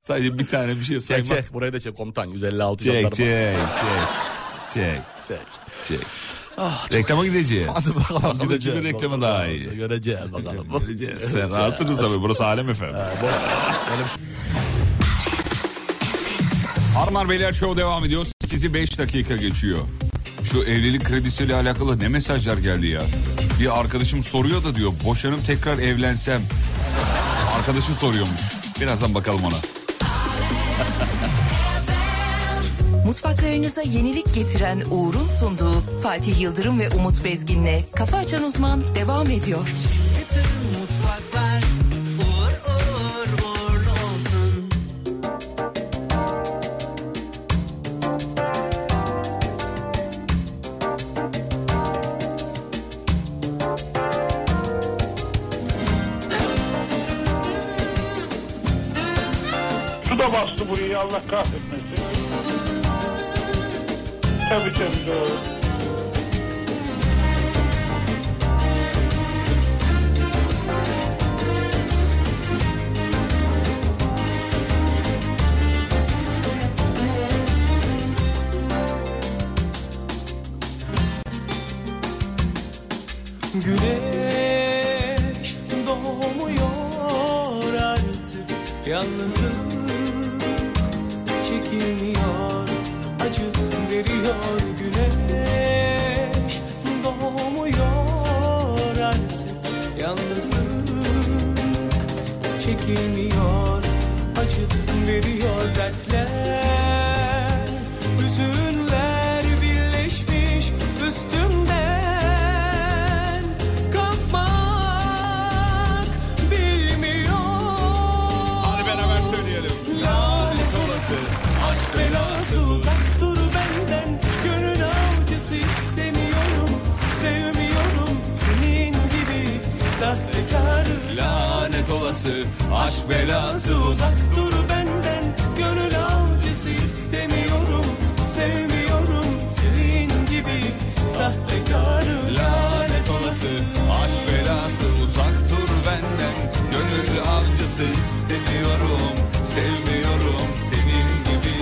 Speaker 4: sadece bir tane bir şey
Speaker 5: Çek
Speaker 4: saymak.
Speaker 5: çek. Burayı da çek komutan. 156
Speaker 4: Çek çek
Speaker 5: jandarma.
Speaker 4: çek çek
Speaker 5: Çek.
Speaker 4: çek. Reklama gideceğiz.
Speaker 5: Hadi bakalım.
Speaker 4: Haftada iki bir reklama daha iyi.
Speaker 5: Göreceğiz bakalım.
Speaker 4: Göreceğiz. Sen rahatsınız tabii burası Alem efendim. Harman Beyler Show devam ediyor. 8'i 5 dakika geçiyor. Şu evlilik kredisiyle alakalı ne mesajlar geldi ya? Bir arkadaşım soruyor da diyor boşanıp tekrar evlensem. Arkadaşım soruyormuş. Birazdan bakalım ona.
Speaker 1: Mutfaklarınıza yenilik getiren Uğur'un sunduğu Fatih Yıldırım ve Umut Bezgin'le Kafa Açan Uzman devam ediyor.
Speaker 8: Bütün mutfaklar uğur uğur uğurlu olsun.
Speaker 11: da bastı burayı Allah kahretmesin. Tabii tabii doğru.
Speaker 8: Güneş doğmuyor artık Yalnızlık çekilmiyor Acı veriyor güneş doğmuyor artık Yalnızlık çekilmiyor Acı veriyor dertler Hüzünler birleşmiş üstümden Kalkmak bilmiyor
Speaker 4: Hadi beraber söyleyelim.
Speaker 8: Lanet olası aşk belası Uzak dur benden gönül avcısı istemiyorum Sevmiyorum senin gibi sahtekar Lanet olası aşk belası Uzak dur benden gönül avcısı istemiyorum Sevmiyorum senin gibi sahtekar Lanet olası aşk belası Uzak dur benden gönül avcısı istemiyorum Sevmiyorum senin gibi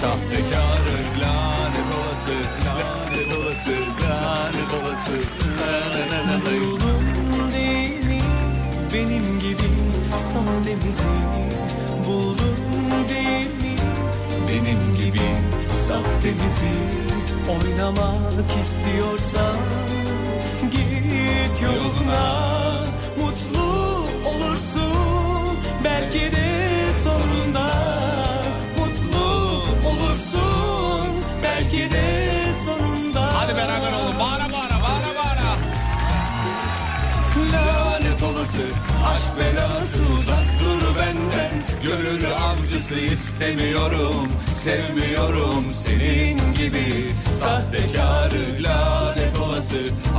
Speaker 8: sahtekar Lanet olası, lanet olası, lanet olası Umurun değil mi benim gibi sahnemizi Buldun değil mi benim gibi sahtemizi Oynamak istiyorsan git yoluna Mutlu olursun belki de sonunda Mutlu olursun belki de sonunda
Speaker 4: Hadi beraber oğlum. Bağıra bağıra bağıra bağıra.
Speaker 8: Lanet olası aşk belası uzak dur benden Gönül avcısı istemiyorum sevmiyorum senin gibi Sahtekarı lanet olası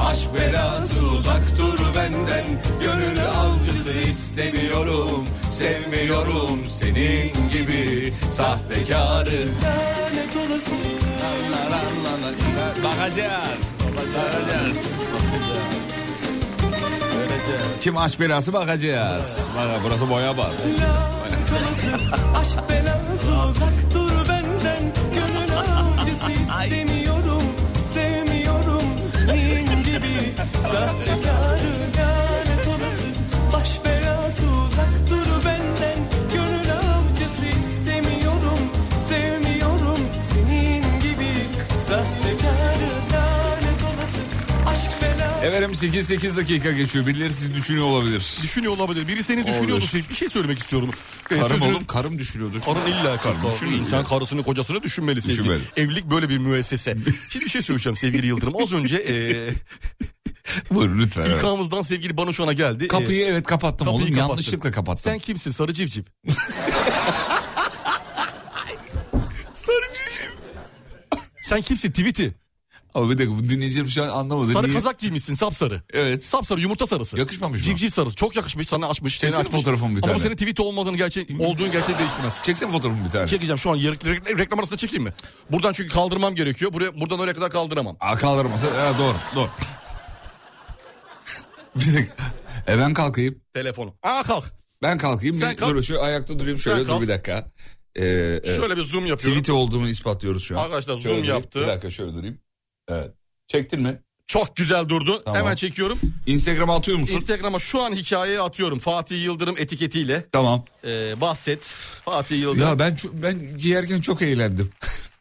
Speaker 8: aşk belası uzak dur benden Gönül avcısı istemiyorum sevmiyorum senin gibi Sahtekarı lanet olası Allah Allah Allah
Speaker 4: Bakacağız. Bakacağız. Kim aşk belası bakacağız. Bak burası boya bak.
Speaker 8: Lanet olası aşk belası uzak dur benden Gönül avcısı istemiyorum sevmiyorum senin gibi Sahtekarı lanet olası baş belası uzak dur benden Gönül avcısı istemiyorum sevmiyorum senin gibi Sahtekarı lanet olası aşk belası
Speaker 4: Efendim 8-8 dakika geçiyor. Birileri siz düşünüyor olabilir.
Speaker 5: Düşünüyor olabilir. Biri seni düşünüyordu. Sevgi. Bir şey söylemek istiyorum. Ee,
Speaker 4: Karım
Speaker 5: sözünü-
Speaker 4: oğlum karım düşünüyordur.
Speaker 5: Karın illa
Speaker 4: Karım
Speaker 5: karım.
Speaker 4: düşünüyor
Speaker 5: İnsan
Speaker 4: ya.
Speaker 5: karısını kocasını düşünmeli sevgili.
Speaker 4: Düşünmeli.
Speaker 5: Evlilik böyle bir müessese. Şimdi bir şey söyleyeceğim sevgili Yıldırım. Az önce e,
Speaker 4: Buyurun lütfen. evet.
Speaker 5: İlkan'ımızdan sevgili Banu Şan'a geldi. E,
Speaker 4: Kapıyı evet kapattım
Speaker 5: kapıyı
Speaker 4: oğlum.
Speaker 5: kapattın.
Speaker 4: Yanlışlıkla kapattım.
Speaker 5: Sen kimsin sarı civciv?
Speaker 4: sarı cicim.
Speaker 5: Sen kimsin tweet'i?
Speaker 4: Ama bir dakika bu dinleyicilerim şu an anlamadı.
Speaker 5: Sarı
Speaker 4: Niye?
Speaker 5: kazak giymişsin sapsarı.
Speaker 4: Evet.
Speaker 5: Sapsarı yumurta sarısı.
Speaker 4: Yakışmamış mı?
Speaker 5: Civciv sarısı. Çok yakışmış sana açmış. Seni
Speaker 4: Çeksene
Speaker 5: açmış.
Speaker 4: fotoğrafımı bir
Speaker 5: Ama
Speaker 4: tane.
Speaker 5: bu senin tweet olmadığını gerçek, olduğunu gerçeği değiştirmez.
Speaker 4: Çeksene fotoğrafımı bir tane.
Speaker 5: Çekeceğim şey şu an yere- re- reklam arasında çekeyim mi? Buradan çünkü kaldırmam gerekiyor. Buraya, buradan oraya kadar kaldıramam.
Speaker 4: Aa, kaldırmasa. Ha, doğru doğru. bir dakika. E ben kalkayım.
Speaker 5: Telefonu. Aa kalk.
Speaker 4: Ben kalkayım.
Speaker 5: Sen
Speaker 4: bir,
Speaker 5: kalk.
Speaker 4: Dur şu ayakta durayım şöyle.
Speaker 5: Sen
Speaker 4: dur
Speaker 5: kalk.
Speaker 4: bir dakika. Ee, evet.
Speaker 5: Şöyle bir zoom yapıyorum.
Speaker 4: Tweet olduğumu ispatlıyoruz şu an.
Speaker 5: Arkadaşlar zoom
Speaker 4: Şöyle durayım.
Speaker 5: yaptı.
Speaker 4: Bir dakika şöyle durayım. Evet. Çektin mi?
Speaker 5: Çok güzel durdu.
Speaker 4: Tamam.
Speaker 5: Hemen çekiyorum.
Speaker 4: Instagram'a atıyor musun?
Speaker 5: Instagram'a şu an hikayeye atıyorum. Fatih Yıldırım etiketiyle.
Speaker 4: tamam.
Speaker 5: Ee, bahset. Fatih Yıldırım.
Speaker 4: Ya ben çok- ben giyerken çok eğlendim.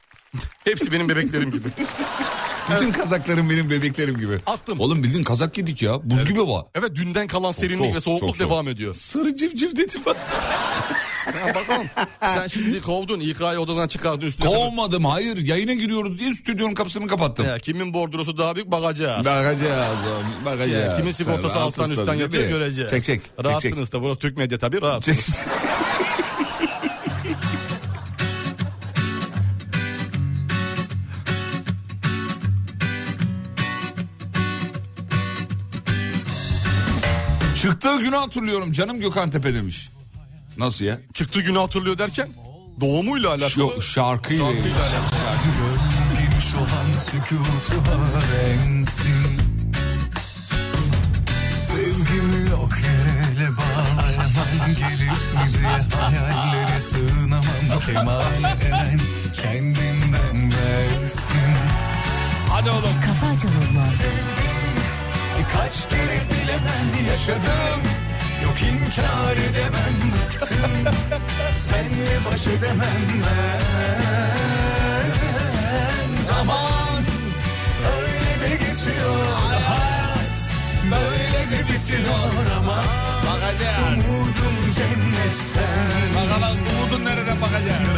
Speaker 5: Hepsi benim bebeklerim gibi.
Speaker 4: Bütün kazaklarım benim bebeklerim gibi.
Speaker 5: Attım.
Speaker 4: Oğlum bildiğin kazak yedik ya. Buz gibi var.
Speaker 5: Evet dünden kalan serinlik
Speaker 4: soğuk,
Speaker 5: ve soğukluk
Speaker 4: çok soğuk.
Speaker 5: devam ediyor.
Speaker 4: Sarı civciv dedim.
Speaker 5: Ha, bakalım sen şimdi kovdun. İK'yı odadan çıkardın üstüne.
Speaker 4: Kovmadım hayır. Yayına giriyoruz diye stüdyonun kapısını kapattım.
Speaker 5: Ya, kimin bordrosu daha büyük bakacağız.
Speaker 4: Bakacağız oğlum, bakacağız.
Speaker 5: Ya, Şey, kimin sigortası
Speaker 4: Sen
Speaker 5: alttan
Speaker 4: rahatsız
Speaker 5: üstten
Speaker 4: tabii,
Speaker 5: yatıyor
Speaker 4: değil mi?
Speaker 5: göreceğiz.
Speaker 4: Çek çek. Çek çek.
Speaker 5: Rahatsınız da burası Türk medya tabii rahat.
Speaker 4: Çek. Çıktığı günü hatırlıyorum canım Gökhan Tepe demiş. Nasıl ya?
Speaker 5: Çıktığı günü hatırlıyor derken Doğumuyla alakalı.
Speaker 4: Yok şarkıyla.
Speaker 8: Gönlümüş olan sükutu öğrensin Sevgimi yok yere bağlayamam Gelip mi diye hayallere sığınamam Kemal Eren kendinden versin Hadi oğlum
Speaker 1: Kafa açan uzman.
Speaker 8: Kaç kere bile ben yaşadım Yok inkar edemem bıktım Senle baş edemem ben Zaman öyle de geçiyor Hayat böyle de bitiyor ama
Speaker 4: Bakacağız.
Speaker 8: Umudum cennetten
Speaker 4: Bakalım umudun nereden bakacağız.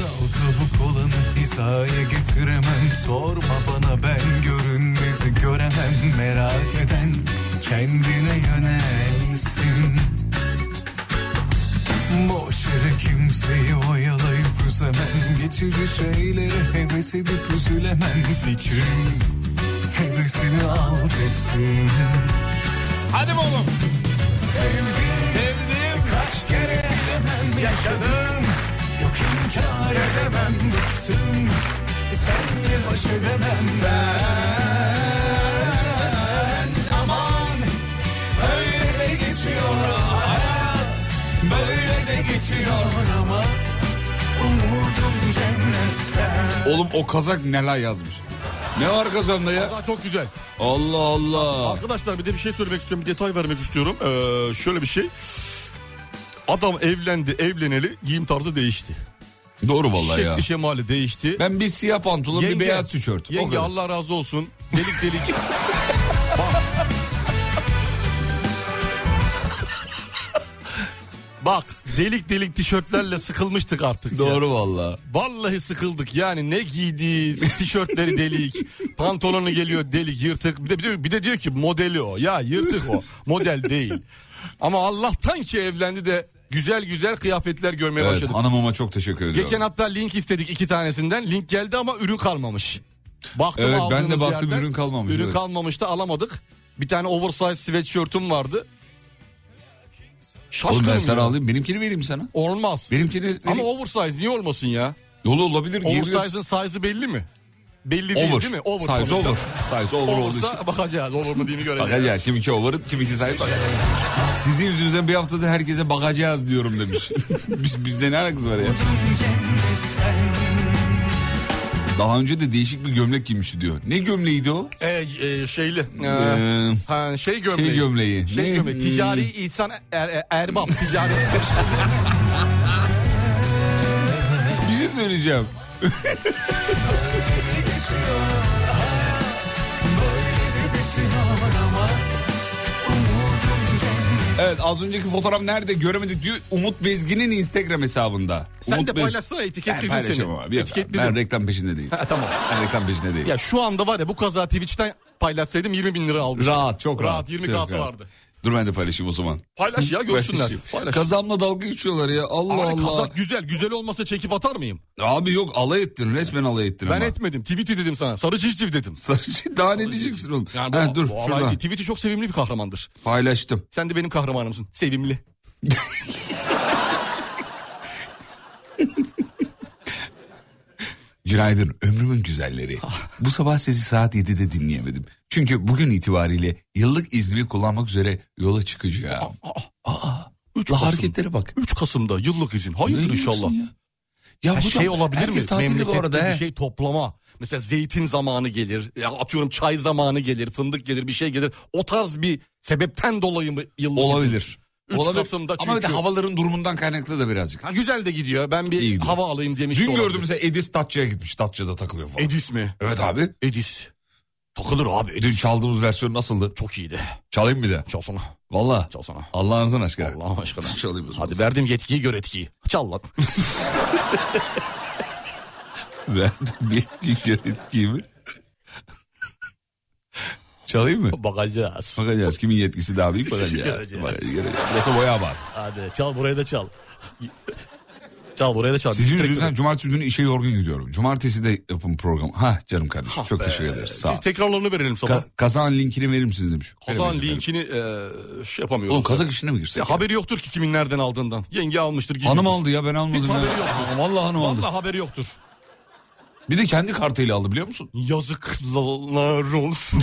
Speaker 8: Dal kabuk olanı hizaya getiremem Sorma bana ben görünmezi göremem Merak eden kendine yönelsin Boş yere kimseyi oyalayıp üzemem Geçici şeylere heves edip üzülemem Fikrim hevesini al etsin
Speaker 4: Hadi be oğlum.
Speaker 8: Sevdim
Speaker 4: Sevdiğim.
Speaker 8: Kaç kere bilemem yaşadım Yok inkar edemem bıktım Senle baş edemem ben Zaman öyle de geçiyor Hayat böyle de geçiyor ama Umudum cennetten
Speaker 4: Oğlum o kazak neler yazmış. Ne var kazanda ya?
Speaker 5: Aa, çok güzel.
Speaker 4: Allah Allah.
Speaker 5: Arkadaşlar bir de bir şey söylemek istiyorum. Bir detay vermek istiyorum. Ee, şöyle bir şey. Adam evlendi, evleneli giyim tarzı değişti.
Speaker 4: Doğru vallahi ya.
Speaker 5: Şekli şemali değişti.
Speaker 4: Ben bir siyah pantolon bir beyaz tişört. o
Speaker 5: Yenge
Speaker 4: kadar.
Speaker 5: Allah razı olsun. Delik delik. Bak. Bak delik delik tişörtlerle sıkılmıştık artık. ya.
Speaker 4: Doğru valla.
Speaker 5: Vallahi sıkıldık yani ne giydi tişörtleri delik pantolonu geliyor delik yırtık bir de, bir de, bir de diyor ki modeli o ya yırtık o model değil ama Allah'tan ki evlendi de güzel güzel kıyafetler görmeye
Speaker 4: Evet,
Speaker 5: başladık.
Speaker 4: hanımıma çok teşekkür ediyorum.
Speaker 5: Geçen hafta link istedik iki tanesinden link geldi ama ürün kalmamış. Baktım
Speaker 4: Evet, ben de
Speaker 5: aldığınız
Speaker 4: baktım, ürün kalmamış,
Speaker 5: Ürün
Speaker 4: evet.
Speaker 5: kalmamış da alamadık. Bir tane oversize sweatshirt'üm vardı. Şaşkınım
Speaker 4: Oğlum ben
Speaker 5: ya.
Speaker 4: sana alayım. Benimkini vereyim sana.
Speaker 5: Olmaz.
Speaker 4: Benimkini vereyim.
Speaker 5: Ama oversize niye olmasın ya?
Speaker 4: Yolu olabilir. giyebilirsin.
Speaker 5: Oversize'ın size'ı belli mi? Belli değil
Speaker 4: Over.
Speaker 5: değil mi? Over
Speaker 4: Size
Speaker 5: sonuçta.
Speaker 4: over. Size over olduğu için.
Speaker 5: Olursa bakacağız olur mu diye mi göreceğiz.
Speaker 4: Bakacağız. Kiminki over, kiminki size over. Sizin yüzünüzden bir haftada herkese bakacağız diyorum demiş. Biz, bizde ne alakası var ya? Daha önce de değişik bir gömlek giymişti diyor. Ne gömleğiydi o?
Speaker 5: Ee, e, şeyli. Ee,
Speaker 4: Ee,
Speaker 5: ha, şey gömleği.
Speaker 4: şey gömleği.
Speaker 5: Şey
Speaker 4: Ne?
Speaker 5: gömleği. Ticari İhsan er, Er- Erbap. Ticari.
Speaker 4: Bir şey söyleyeceğim. Evet az önceki fotoğraf nerede göremedik diyor. Umut Bezgin'in Instagram hesabında.
Speaker 5: Sen
Speaker 4: Umut
Speaker 5: de
Speaker 4: Bez-
Speaker 5: paylaşsana
Speaker 4: Ben
Speaker 5: etiketledim seni.
Speaker 4: paylaşamam abi. Yok abi, Ben
Speaker 5: Etiketledim.
Speaker 4: reklam peşinde değilim.
Speaker 5: Ha, tamam.
Speaker 4: Ben reklam peşinde değilim.
Speaker 5: Ya şu anda var ya bu kaza Twitch'ten paylaşsaydım 20 bin lira almıştım.
Speaker 4: Rahat çok rahat.
Speaker 5: Rahat, 20
Speaker 4: Çok
Speaker 5: kası
Speaker 4: rahat.
Speaker 5: vardı.
Speaker 4: Dur ben de paylaşayım o zaman.
Speaker 5: Paylaş ya görsünler.
Speaker 4: Paylaşayım.
Speaker 5: Paylaş.
Speaker 4: Kazamla dalga geçiyorlar ya Allah
Speaker 5: Abi
Speaker 4: Allah.
Speaker 5: kazak güzel. Güzel olmasa çekip atar mıyım?
Speaker 4: Abi yok alay ettin resmen alay ettin
Speaker 5: Ben
Speaker 4: ama.
Speaker 5: etmedim. Tweet'i dedim sana. Sarı çiftçi dedim.
Speaker 4: Sarıcı daha ne diyeceksin oğlum?
Speaker 5: Yani bu,
Speaker 4: Ha, dur
Speaker 5: bu olay
Speaker 4: şuradan
Speaker 5: değil. Tweet'i çok sevimli bir kahramandır.
Speaker 4: paylaştım.
Speaker 5: Sen de benim kahramanımsın. Sevimli.
Speaker 4: Günaydın ömrümün güzelleri.
Speaker 5: Ah.
Speaker 4: Bu sabah sizi saat 7'de dinleyemedim. Çünkü bugün itibariyle yıllık iznimi kullanmak üzere yola çıkacağım.
Speaker 5: Ah, Üç
Speaker 4: La
Speaker 5: Kasım.
Speaker 4: hareketlere bak.
Speaker 5: 3 Kasım'da yıllık izin.
Speaker 4: Ne
Speaker 5: Hayırdır
Speaker 4: diyorsun
Speaker 5: inşallah.
Speaker 4: Ya, ya
Speaker 5: Ya
Speaker 4: hocam,
Speaker 5: şey olabilir mi?
Speaker 4: herkes tatilde bu arada.
Speaker 5: Memlekette
Speaker 4: he.
Speaker 5: bir şey toplama. Mesela zeytin zamanı gelir. Ya atıyorum çay zamanı gelir. Fındık gelir. Bir şey gelir. O tarz bir sebepten dolayı mı yıllık izin?
Speaker 4: Olabilir.
Speaker 5: Üç
Speaker 4: Olabilir.
Speaker 5: Kasım'da
Speaker 4: Ama bir de
Speaker 5: çünkü-
Speaker 4: havaların durumundan kaynaklı da birazcık.
Speaker 5: Ha, güzel de gidiyor. Ben bir
Speaker 4: İyi gidiyor.
Speaker 5: hava alayım demiş. de
Speaker 4: Dün
Speaker 5: olabilir.
Speaker 4: gördüm mesela Edis Datça'ya gitmiş. Datça'da takılıyor falan.
Speaker 5: Edis mi?
Speaker 4: Evet abi.
Speaker 5: Edis. Takılır abi. Edis.
Speaker 4: Dün çaldığımız versiyon nasıldı?
Speaker 5: Çok iyiydi.
Speaker 4: Çalayım bir de.
Speaker 5: Çalsana.
Speaker 4: Valla.
Speaker 5: Çalsana.
Speaker 4: Allah'ınızın aşkına.
Speaker 5: Allah aşkına.
Speaker 4: Çalayım o zaman.
Speaker 5: Hadi verdim yetkiyi gör etkiyi. Çal lan.
Speaker 4: Ben bir yönet gibi. Çalayım mı?
Speaker 5: Bakacağız.
Speaker 4: Bakacağız kimin yetkisi daha büyük bakacağız.
Speaker 5: Göreceğiz.
Speaker 4: Bakacağız. Nasıl boya var?
Speaker 5: Hadi çal buraya da çal. Çal oraya da çal.
Speaker 4: Sizin
Speaker 5: Direkt-
Speaker 4: yüzünüzden cumartesi günü işe yorgun gidiyorum. Cumartesi de yapın programı. Ha canım
Speaker 5: Ah
Speaker 4: kardeşim çok teşekkür ederiz. Sağ ol.
Speaker 5: Tekrarlarını verelim sabah.
Speaker 4: Ka- kazan linkini verir misiniz demiş.
Speaker 5: Kazan
Speaker 4: Veremeyiz efendim.
Speaker 5: linkini e, şey yapamıyorum.
Speaker 4: Oğlum kazak işine mi girsin?
Speaker 5: Ya haberi yoktur ki kimin nereden aldığından. Yenge almıştır. giymiştir.
Speaker 4: Hanım aldı ya ben almadım
Speaker 5: Hiç
Speaker 4: ya.
Speaker 5: haberi yoktur.
Speaker 4: Vallahi hanım aldı.
Speaker 5: Vallahi haberi yoktur.
Speaker 4: Bir de kendi kartıyla aldı biliyor musun?
Speaker 5: Yazıklar olsun.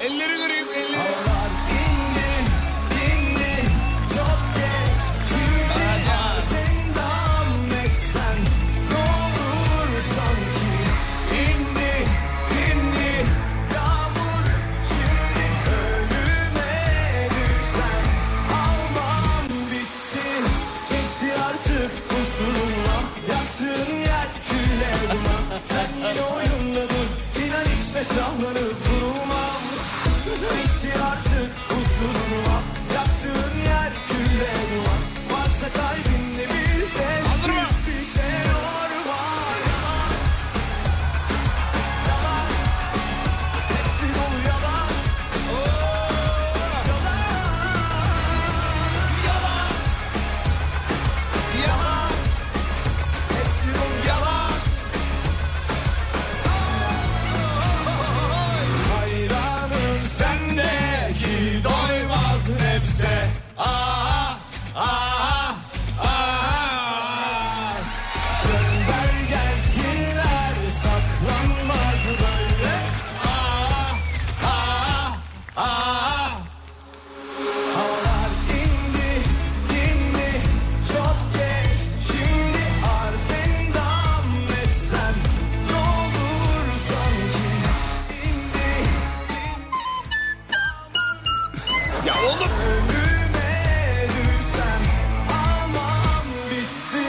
Speaker 4: Elleri göreyim elleri.
Speaker 8: Artık kusurumla Yaksın yer külle duman Sen yine oyunla dur İnan işte şahlanıp vurulmam Bitti artık kusuruma Yaksın yer külle duman Varsa kalbinde bir sevgi Bir şey orma Yalan Yalan Hepsi dolu yalan Oo, Yalan Yalan Yalan Hepsi dolu yalan Hayranım sendeki doymaz nefse Ah ah ah Gönder gelsinler saklanmaz böyle Ah ah ah Havalar indi indi çok geç şimdi arzendam etsem Ne olur sanki indi
Speaker 4: Ya oğlum.
Speaker 8: Önüme düşsem almam bitti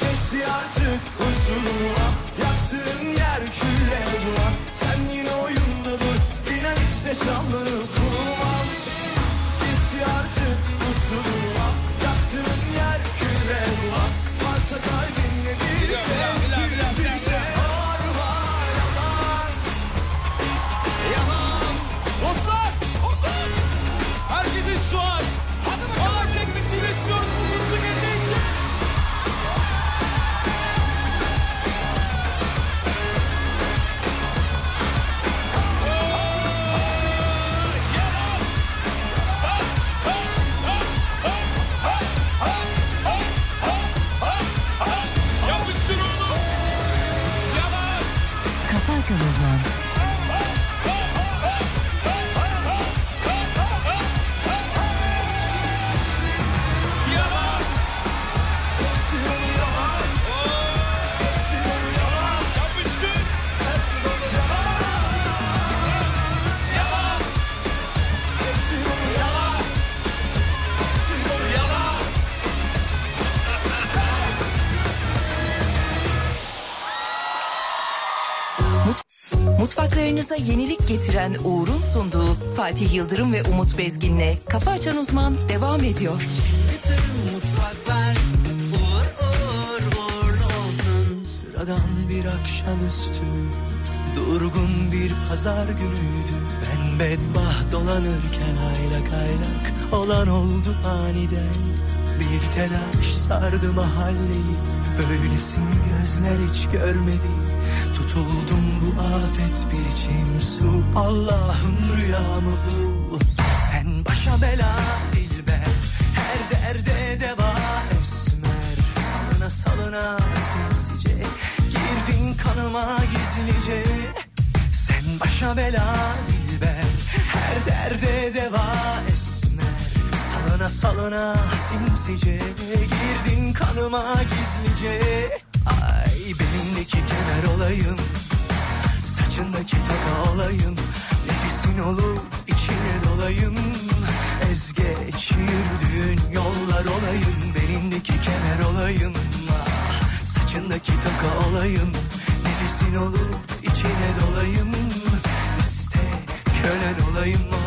Speaker 8: Geçti artık usuluna Yaksın yer külle duvar Sen yine oyunda dur İnan işte şamları kurmam Geçti artık usuluna Yaksın yer külle duvar Varsa kalbinde bir sevgi Bir şey arma Yalan Yalan Dostlar Herkesin şu an Ağır çekmesini istiyoruz bu mutlu gece için.
Speaker 1: Kafa Açan Uzman. Mut- Mutfaklarınıza yenilik getiren Uğur'un sunduğu Fatih Yıldırım ve Umut Bezgin'le Kafa Açan Uzman devam ediyor.
Speaker 8: Bütün mutfaklar uğur uğur uğurlu olsun Sıradan bir akşamüstü Durgun bir pazar günüydü Ben bedbah dolanırken aylak aylak Olan oldu aniden Bir telaş sardı mahalleyi Böylesin gözler hiç görmedi Tutuldum bu afet bir içim su Allah'ım rüyamı bul Sen başa bela dilber Her derde deva esmer Salına salına sinsice Girdin kanıma gizlice Sen başa bela dilber Her derde deva esmer Salına salına sinsice Girdin kanıma gizlice Ay benimdeki kemer olayım Saçındaki taka olayım Nefesin olup içine dolayım Ez geç yürüdüğün yollar olayım Belindeki kemer olayım Ah, Saçındaki taka olayım Nefesin olup içine dolayım İste kölen olayım Ah.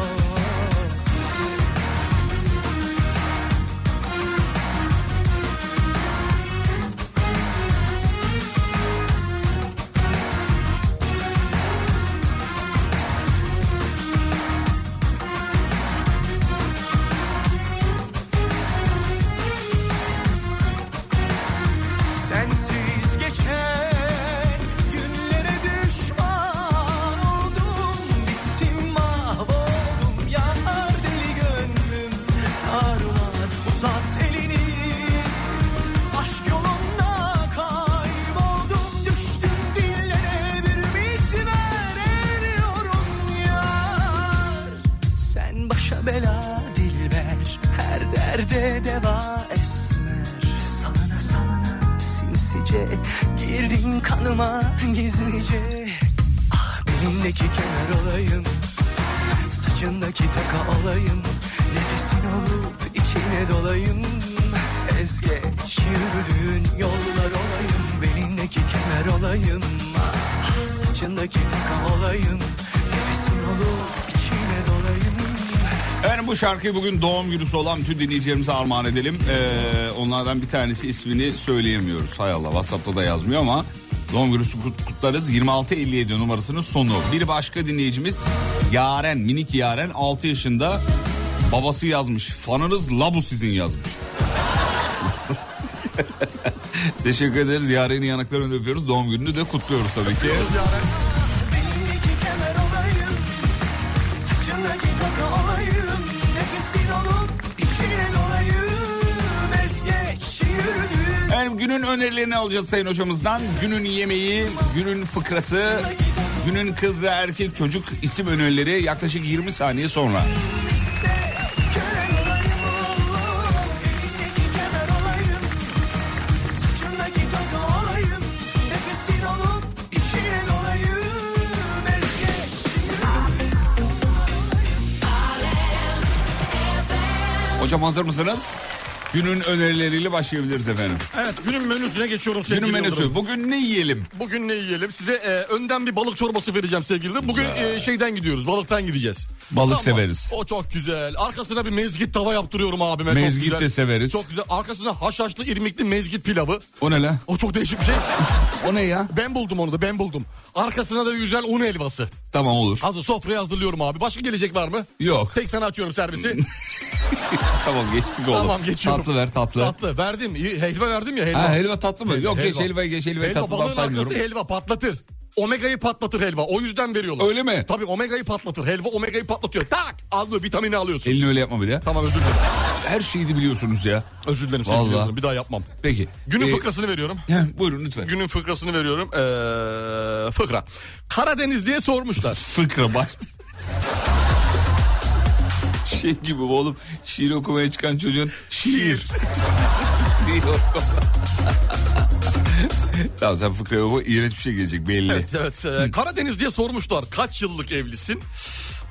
Speaker 13: bela dilber Her derde deva esmer Salına salına sinsice Girdin kanıma gizlice Ah benimdeki kenar olayım Saçındaki taka olayım Nefesin olup içine dolayım Ez geç yürüdüğün yollar olayım Belindeki kemer olayım Ah, Saçındaki taka olayım Nefesin olup içine dolayım
Speaker 4: Efendim bu şarkıyı bugün doğum günüsü olan tüm dinleyicilerimize armağan edelim. Ee, onlardan bir tanesi ismini söyleyemiyoruz. Hay Allah Whatsapp'ta da yazmıyor ama doğum günüsü kut- kutlarız. 2657 numarasının sonu. Bir başka dinleyicimiz Yaren, minik Yaren 6 yaşında babası yazmış. Fanınız Labu sizin yazmış. Teşekkür ederiz. Yaren'in yanaklarını öpüyoruz. Doğum gününü de kutluyoruz tabii ki.
Speaker 13: Saçındaki taka olayım Nefesin olup içine dolayım Ez geç yürüdüğün
Speaker 4: Efendim günün önerilerini alacağız sayın hocamızdan. Günün yemeği, günün fıkrası, günün kız ve erkek çocuk isim önerileri yaklaşık 20 saniye sonra.
Speaker 13: Saçındaki taka olayım Nefesin olup içine dolayım Ez geç
Speaker 4: Hocam hazır mısınız? Günün önerileriyle başlayabiliriz efendim.
Speaker 5: Evet günün menüsüne geçiyorum sevgili
Speaker 4: Günün menüsü.
Speaker 5: Yıldırım.
Speaker 4: Bugün ne yiyelim?
Speaker 5: Bugün ne yiyelim? Size e, önden bir balık çorbası vereceğim sevgili Yıldırım. Bugün e, şeyden gidiyoruz, balıktan gideceğiz.
Speaker 4: Balık
Speaker 5: Tamam.
Speaker 4: severiz.
Speaker 5: O çok güzel. Arkasına bir mezgit tava yaptırıyorum abime. çok
Speaker 4: Mezgit
Speaker 5: güzel.
Speaker 4: de severiz.
Speaker 5: Çok güzel. Arkasına haşhaşlı irmikli mezgit pilavı.
Speaker 4: O ne la?
Speaker 5: O çok değişik bir şey.
Speaker 4: o ne ya?
Speaker 5: Ben buldum onu da ben buldum. Arkasına da güzel un helvası.
Speaker 4: Tamam olur.
Speaker 5: Hazır sofraya hazırlıyorum abi. Başka gelecek var mı?
Speaker 4: Yok.
Speaker 5: Tek sana açıyorum servisi.
Speaker 4: Tamam geçtik oğlum.
Speaker 5: Tamam geçiyorum.
Speaker 4: Tatlı ver tatlı.
Speaker 5: Tatlı verdim. İyi, Helva verdim ya helva.
Speaker 4: Ha, helva tatlı mı? Yok, geç helvayı, geç helvayı tatlıdan
Speaker 5: balığın arkası
Speaker 4: saymıyorum.
Speaker 5: helva patlatır. Omega'yı patlatır helva. O yüzden veriyorlar.
Speaker 4: Öyle mi?
Speaker 5: Tabii omega'yı patlatır. Helva omega'yı patlatıyor. Tak! Alıyor vitamini alıyorsun.
Speaker 4: Elini öyle yapma bir de.
Speaker 5: Tamam özür dilerim.
Speaker 4: Her şeyi de biliyorsunuz ya.
Speaker 5: Özür dilerim. sevgili
Speaker 4: Valla.
Speaker 5: yıldırım, Bir daha yapmam.
Speaker 4: Peki.
Speaker 5: Günün
Speaker 4: Ee,
Speaker 5: fıkrasını veriyorum.
Speaker 4: Buyurun lütfen.
Speaker 5: Günün fıkrasını veriyorum. Ee, fıkra. Karadenizli'ye sormuşlar.
Speaker 4: fıkra başladı. şey gibi bu oğlum şiir okumaya çıkan çocuğun şiir. diyor. tamam sen fıkrayı oku iğrenç bir şey gelecek belli.
Speaker 5: Evet, evet. Ee, Karadeniz diye sormuşlar. Kaç yıllık evlisin?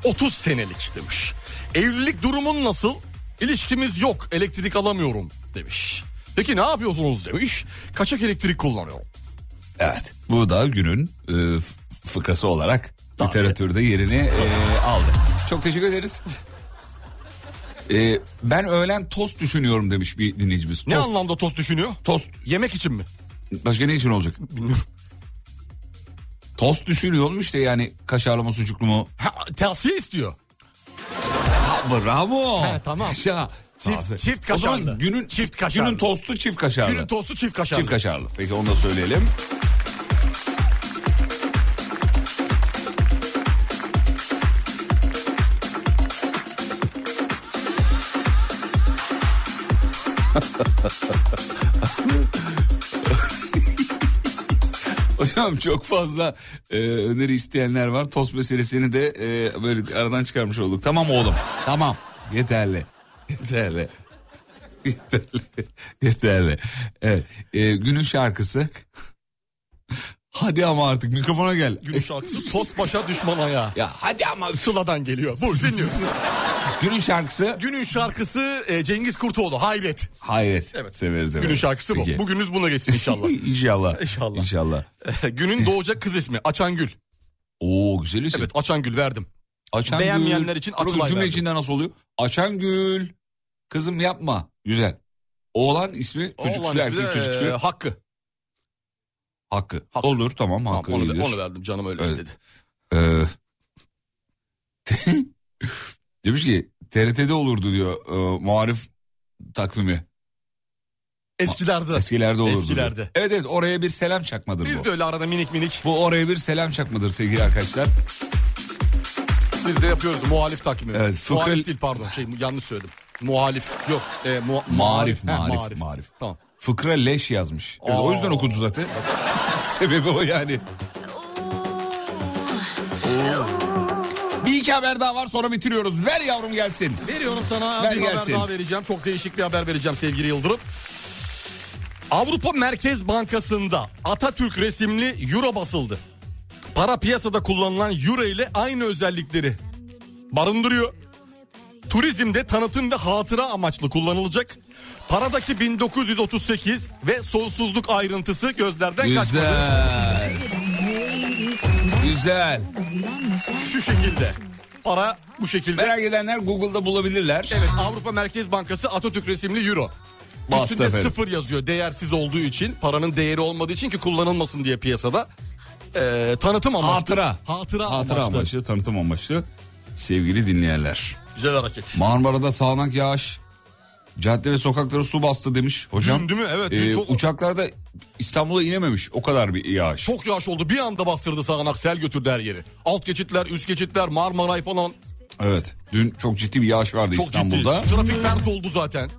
Speaker 5: 30 senelik demiş. Evlilik durumun nasıl? İlişkimiz yok. Elektrik alamıyorum demiş. Peki ne yapıyorsunuz demiş. Kaçak elektrik kullanıyorum.
Speaker 4: Evet bu da günün e, f- fıkrası olarak literatürde yerini e, aldı. Çok teşekkür ederiz. E, ben öğlen tost düşünüyorum demiş bir dinleyicimiz.
Speaker 5: Ne
Speaker 4: Tost,
Speaker 5: anlamda tost düşünüyor?
Speaker 4: tost
Speaker 5: Yemek için mi?
Speaker 4: başka ne için olacak?
Speaker 5: Bilmiyorum.
Speaker 4: Tost düşünüyor olmuş işte yani kaşarlı mı sucuklu mu?
Speaker 5: Ha, tavsiye istiyor.
Speaker 4: Ha, Bravo.
Speaker 5: He, tamam.
Speaker 4: Şa.
Speaker 5: Çift- çift
Speaker 4: O zaman
Speaker 5: kaşarlı.
Speaker 4: günün,
Speaker 5: Çift kaşarlı.
Speaker 4: günün tostu çift kaşarlı.
Speaker 5: Günün tostu çift kaşarlı.
Speaker 4: Çift kaşarlı. Peki onu da söyleyelim. Hocam çok fazla e, öneri isteyenler var. Tost meselesini de e, böyle aradan çıkarmış olduk. Tamam oğlum. Tamam. Yeterli. Yeterli. Yeterli. Yeterli. Evet. E, günün şarkısı. Hadi ama artık mikrofona gel.
Speaker 5: Günün şarkısı tost başa düşman ayağa.
Speaker 4: Ya hadi ama.
Speaker 5: Sıla'dan geliyor. Buyur dinliyoruz.
Speaker 4: Günün şarkısı.
Speaker 5: Günün şarkısı e, Cengiz Kurtoğlu. Hayret.
Speaker 4: Hayret.
Speaker 5: Evet.
Speaker 4: Severiz evet.
Speaker 5: Günün şarkısı bu.
Speaker 4: Peki.
Speaker 5: Bugününüz buna geçsin inşallah.
Speaker 4: İnşallah.
Speaker 5: İnşallah.
Speaker 4: İnşallah.
Speaker 5: Günün doğacak kız ismi Açangül.
Speaker 4: Oo güzel isim.
Speaker 5: Evet Açangül verdim.
Speaker 4: Açan
Speaker 5: Beğenmeyenler
Speaker 4: gül.
Speaker 5: için
Speaker 4: Dur bakayım,
Speaker 5: Atılay
Speaker 4: Cümle
Speaker 5: verdim.
Speaker 4: içinde nasıl oluyor? Açan gül. Kızım yapma. Güzel. Oğlan ismi çocuk
Speaker 5: Oğlan
Speaker 4: ismi,
Speaker 5: ismi de,
Speaker 4: erkek çocuk
Speaker 5: e,
Speaker 4: ismi.
Speaker 5: Hakkı.
Speaker 4: Hakkı.
Speaker 5: Hakkı.
Speaker 4: Olur tamam
Speaker 5: Tamam,
Speaker 4: Hakkı.
Speaker 5: onu,
Speaker 4: iyidir.
Speaker 5: onu verdim canım öyle
Speaker 4: Evet.
Speaker 5: istedi.
Speaker 4: Ee, demiş ki TRT'de olurdu diyor e, muharif takvimi.
Speaker 5: Eskilerde.
Speaker 4: Eskilerde olurdu.
Speaker 5: Eskilerde.
Speaker 4: diyor. Evet evet oraya bir selam çakmadır bu.
Speaker 5: Biz de öyle arada minik minik
Speaker 4: Bu oraya bir selam çakmadır sevgili arkadaşlar.
Speaker 5: biz de yapıyoruz muhalif takvimi.
Speaker 4: Evet, fıkra-
Speaker 5: Muhalif değil pardon şey yanlış söyledim. Muhalif yok. E, mu-
Speaker 4: Marif,
Speaker 5: Ha,
Speaker 4: marif, marif.
Speaker 5: Tamam.
Speaker 4: Fıkra leş yazmış. Evet, o yüzden okudu zaten. Sebebi o yani. Bir iki iki haber daha var sonra bitiriyoruz. Ver yavrum gelsin.
Speaker 5: Veriyorum sana
Speaker 4: Ver
Speaker 5: bir
Speaker 4: gelsin.
Speaker 5: haber daha vereceğim. Çok değişik bir haber vereceğim sevgili Yıldırım. Avrupa Merkez Bankası'nda Atatürk resimli euro basıldı. Para piyasada kullanılan euro ile aynı özellikleri barındırıyor. Turizmde tanıtım ve hatıra amaçlı kullanılacak. Paradaki 1938 ve sonsuzluk ayrıntısı gözlerden kaçmadı.
Speaker 4: Güzel. Güzel.
Speaker 5: Şu şekilde. Para bu şekilde.
Speaker 4: Merak edenler Google'da bulabilirler.
Speaker 5: Evet Avrupa Merkez Bankası Atatürk resimli euro.
Speaker 4: Bastı
Speaker 5: Üstünde
Speaker 4: efendim.
Speaker 5: sıfır yazıyor değersiz olduğu için paranın değeri olmadığı için ki kullanılmasın diye piyasada. Ee, tanıtım amaçlı.
Speaker 4: Hatıra.
Speaker 5: Hatıra,
Speaker 4: Hatıra
Speaker 5: amaçlı.
Speaker 4: amaçlı. tanıtım amaçlı. Sevgili dinleyenler.
Speaker 5: Güzel hareket.
Speaker 4: Marmara'da sağanak yağış. Cadde ve sokakları su bastı demiş hocam.
Speaker 5: Dün değil mi? Evet, dün
Speaker 4: Ee,
Speaker 5: çok-
Speaker 4: Uçaklarda İstanbul'a inememiş o kadar bir yağış.
Speaker 5: Çok yağış oldu bir anda bastırdı sağanak sel götürdü her yeri. Alt geçitler üst geçitler Marmaray falan.
Speaker 4: Evet dün çok ciddi bir yağış vardı
Speaker 5: Çok
Speaker 4: İstanbul'da.
Speaker 5: ciddi. Trafik dert oldu zaten.